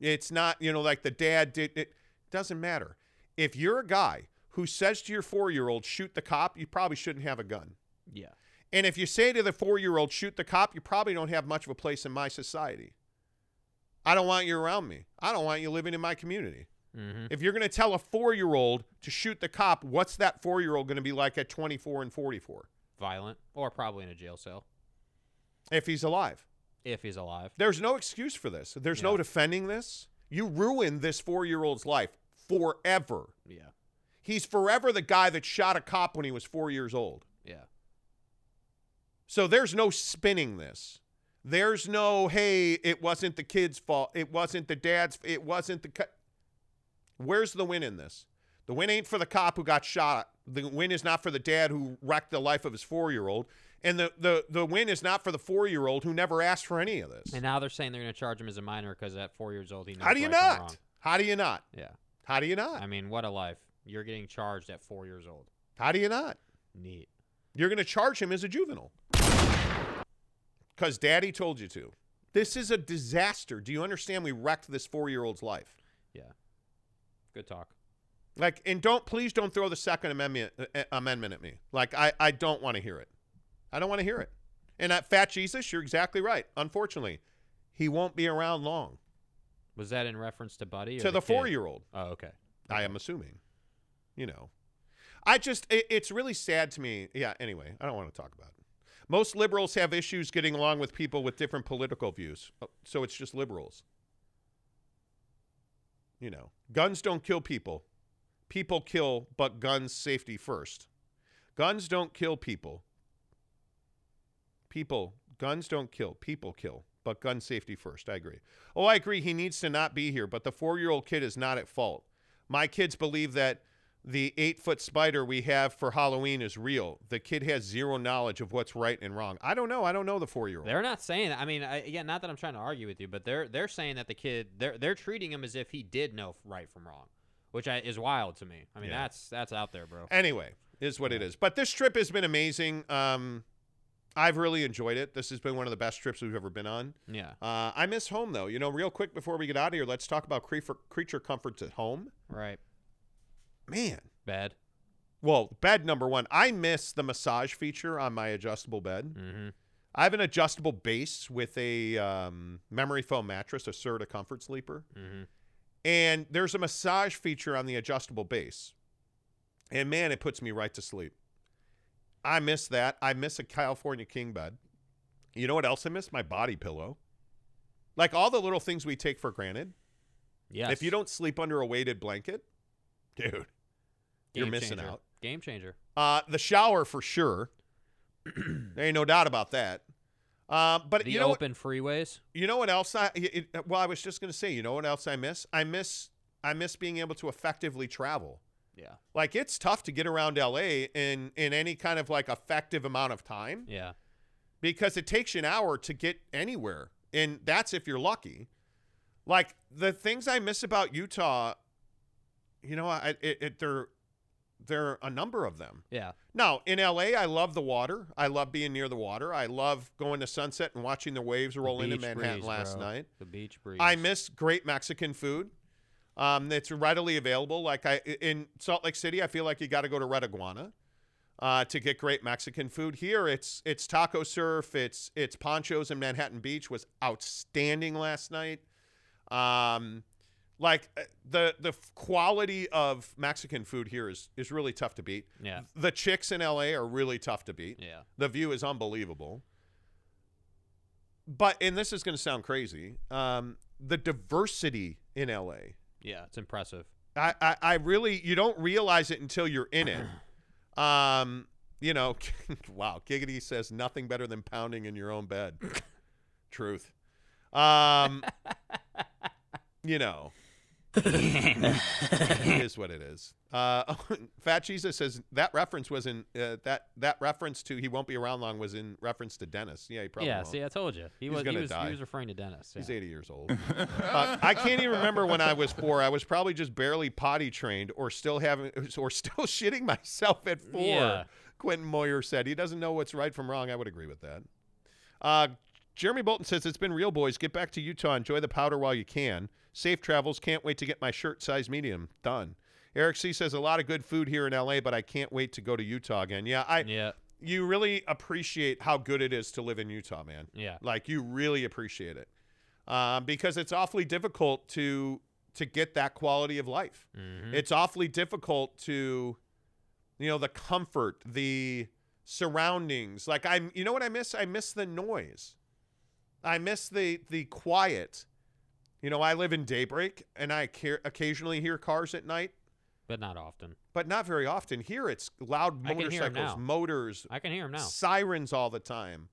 Speaker 4: It's not, you know, like the dad did it. Doesn't matter. If you're a guy who says to your four year old, shoot the cop, you probably shouldn't have a gun.
Speaker 3: Yeah.
Speaker 4: And if you say to the four year old, shoot the cop, you probably don't have much of a place in my society. I don't want you around me. I don't want you living in my community.
Speaker 3: Mm-hmm.
Speaker 4: If you're going to tell a four year old to shoot the cop, what's that four year old going to be like at 24 and 44
Speaker 3: Violent or probably in a jail cell
Speaker 4: if he's alive?
Speaker 3: if he's alive.
Speaker 4: There's no excuse for this. There's no
Speaker 3: Yeah.
Speaker 4: defending this. You ruined this four year old's life forever.
Speaker 3: Yeah.
Speaker 4: He's forever the guy that shot a cop when he was four years old.
Speaker 3: Yeah.
Speaker 4: So there's no spinning this. There's no hey, it wasn't the kid's fault. It wasn't the dad's. It wasn't the. Co-. Where's the win in this? The win ain't for the cop who got shot. The win is not for the dad who wrecked the life of his four year old. And the, the, the win is not for the four year old who never asked for any of this.
Speaker 3: And now they're saying they're going to charge him as a minor because at four years old he knows
Speaker 4: How do you
Speaker 3: right from
Speaker 4: not?
Speaker 3: wrong.
Speaker 4: How do you not?
Speaker 3: Yeah.
Speaker 4: How do you not?
Speaker 3: I mean, what a life! You're getting charged at four years old.
Speaker 4: How do you not?
Speaker 3: Neat.
Speaker 4: You're going to charge him as a juvenile. Because daddy told you to. This is a disaster. Do you understand? We wrecked this four year old's life.
Speaker 3: Yeah. Good talk.
Speaker 4: Like, and don't, please don't throw the Second Amendment, uh, amendment at me. Like, I, I don't want to hear it. I don't want to hear it. And that fat Jesus, you're exactly right. Unfortunately, he won't be around long.
Speaker 3: Was that in reference to Buddy? Or
Speaker 4: to the,
Speaker 3: kid?
Speaker 4: four-year-old.
Speaker 3: Oh, okay.
Speaker 4: I am assuming. You know, I just it, it's really sad to me. Yeah. Anyway, I don't want to talk about it. Most liberals have issues getting along with people with different political views, Oh, so it's just liberals. You know, guns don't kill people. People kill, but guns safety first. Guns don't kill people. People, guns don't kill. People kill, but gun safety first. I agree. Oh, I agree. He needs to not be here, but the four year old kid is not at fault. My kids believe that the eight foot spider we have for Halloween is real. The kid has zero knowledge of what's right and wrong. I don't know. I don't know the four year old.
Speaker 3: They're not saying. I mean, I, yeah, not that I'm trying to argue with you, but they're they're saying that the kid they're they're treating him as if he did know right from wrong, which I, is wild to me. I mean,
Speaker 4: Yeah.
Speaker 3: that's that's out there, bro.
Speaker 4: Anyway, is what it is. But this trip has been amazing. Um, I've really enjoyed it. This has been one of the best trips we've ever been on.
Speaker 3: Yeah.
Speaker 4: Uh, I miss home though. You know, real quick before we get out of here, let's talk about creature creature comforts at home.
Speaker 3: Right.
Speaker 4: Man,
Speaker 3: Bad.
Speaker 4: well, bed number one. I miss the massage feature on my adjustable bed.
Speaker 3: Mm-hmm.
Speaker 4: I have an adjustable base with a um, memory foam mattress, a Serta Comfort Sleeper.
Speaker 3: Mm-hmm.
Speaker 4: And there's a massage feature on the adjustable base. And man, it puts me right to sleep. I miss that. I miss a California king bed. You know what else I miss? My body pillow. Like all the little things we take for granted.
Speaker 3: Yes.
Speaker 4: If you don't sleep under a weighted blanket, dude, you're
Speaker 3: Game
Speaker 4: missing
Speaker 3: changer.
Speaker 4: out.
Speaker 3: Game changer.
Speaker 4: Uh, the shower for sure. <clears throat> there ain't no doubt about that. Uh, but
Speaker 3: the
Speaker 4: you know what-
Speaker 3: open freeways.
Speaker 4: you know what else I? It, it- well, I was just gonna say. You know what else I miss? I miss I miss being able to effectively travel.
Speaker 3: Yeah.
Speaker 4: Like it's tough to get around LA in in any kind of like effective amount of time
Speaker 3: Yeah.
Speaker 4: because it takes you an hour to get anywhere, and that's if you're lucky. Like the things I miss about Utah, you know, I it, it there there are a number of them.
Speaker 3: Yeah.
Speaker 4: Now, in LA, I love the water. I love being near the water. I love going to sunset and watching the waves roll into
Speaker 3: Beach
Speaker 4: Manhattan
Speaker 3: breeze,
Speaker 4: last
Speaker 3: bro.
Speaker 4: night.
Speaker 3: The beach breeze.
Speaker 4: I miss great Mexican food. Um, that's readily available. Like I in Salt Lake City, I feel like you got to go to Red Iguana uh, to get great Mexican food. Here, it's it's taco surf. It's it's ponchos in Manhattan Beach was outstanding last night. Um, like uh, the the f- quality of Mexican food here is is really tough to beat.
Speaker 3: Yeah.
Speaker 4: The chicks in LA are really tough to beat.
Speaker 3: Yeah.
Speaker 4: The view is unbelievable. But and this is going to sound crazy. Um, the diversity in LA.
Speaker 3: Yeah. It's impressive.
Speaker 4: I, I I really you don't realize it until you're in it. Um, you know, <laughs> wow, Giggity says nothing better than pounding in your own bed. Truth. Um, you know, it is what it is. Uh, <laughs> Fat Jesus says that reference was in uh, that that reference to he won't be around long was in reference to Dennis. Yeah, he probably
Speaker 3: yeah.
Speaker 4: won't.
Speaker 3: See, I told you. He
Speaker 4: He's
Speaker 3: was. He
Speaker 4: gonna
Speaker 3: was,
Speaker 4: die.
Speaker 3: he was referring to Dennis.
Speaker 4: He's
Speaker 3: yeah.
Speaker 4: 80 years old. <laughs> Uh, I can't even remember when I was four. I was probably just barely potty trained, or still having, <laughs> or still shitting myself at four.
Speaker 3: Yeah.
Speaker 4: Quentin Moyer said he doesn't know what's right from wrong. I would agree with that. Uh, Jeremy Bolton says it's been real, boys. Get back to Utah. Enjoy the powder while you can. Safe travels. Can't wait to get my shirt size medium done. Eric C says a lot of good food here in LA, but I can't wait to go to Utah again. Yeah, I.
Speaker 3: Yeah.
Speaker 4: You really appreciate how good it is to live in Utah, man.
Speaker 3: Yeah.
Speaker 4: Like you really appreciate it um, because it's awfully difficult to to get that quality of life.
Speaker 3: Mm-hmm.
Speaker 4: It's awfully difficult to, you know, the comfort, the surroundings. Like I'm, you know what I miss? I miss the noise. I miss the the quiet. You know, I live in Daybreak, and I care, occasionally hear cars at night,
Speaker 3: But not often.
Speaker 4: but not very often. Here, it's loud
Speaker 3: I can hear 'em
Speaker 4: motorcycles,
Speaker 3: now.
Speaker 4: motors,
Speaker 3: I can hear him now.
Speaker 4: sirens all the time.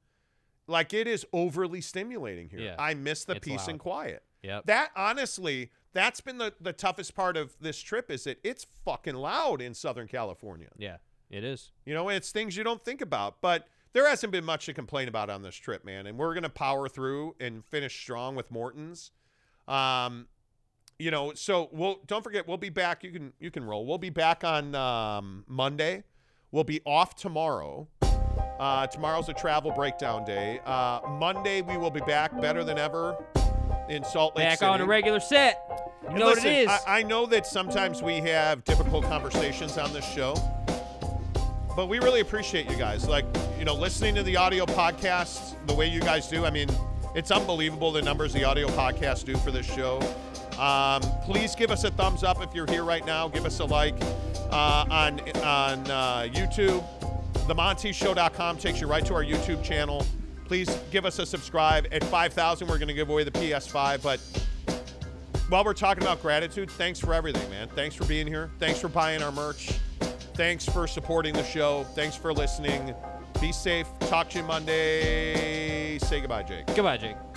Speaker 4: Like it is overly stimulating here.
Speaker 3: Yeah.
Speaker 4: I miss the
Speaker 3: It's
Speaker 4: peace
Speaker 3: loud.
Speaker 4: and quiet.
Speaker 3: Yep.
Speaker 4: That honestly, that's been the, the toughest part of this trip is that it's fucking loud in Southern California.
Speaker 3: Yeah, it is.
Speaker 4: You know, and it's things you don't think about. But there hasn't been much to complain about on this trip, man. And we're gonna power through and finish strong with Morton's. Um, you know, so we'll don't forget we'll be back. You can you can roll. We'll be back on um, Monday. We'll be off tomorrow. Uh, tomorrow's a travel breakdown day. Uh, Monday we will be back better than ever in Salt Lake
Speaker 3: Back
Speaker 4: City.
Speaker 3: on a regular set. You
Speaker 4: And
Speaker 3: know
Speaker 4: listen,
Speaker 3: what it is.
Speaker 4: I, I know that sometimes we have difficult conversations on this show, but we really appreciate you guys. Like, you know, listening to the audio podcast the way you guys do. I mean, it's unbelievable the numbers the audio podcast do for this show. Um, please give us a thumbs up if you're here right now. Give us a like uh, on on uh, YouTube. TheMontyShow.com takes you right to our YouTube channel. Please give us a subscribe. At 5,000, we're going to give away the PS5, but while we're talking about gratitude, thanks for everything, man. Thanks for being here. Thanks for buying our merch. Thanks for supporting the show. Thanks for listening. Be safe. Talk to you Monday. Say goodbye, Jake.
Speaker 3: Goodbye, Jake.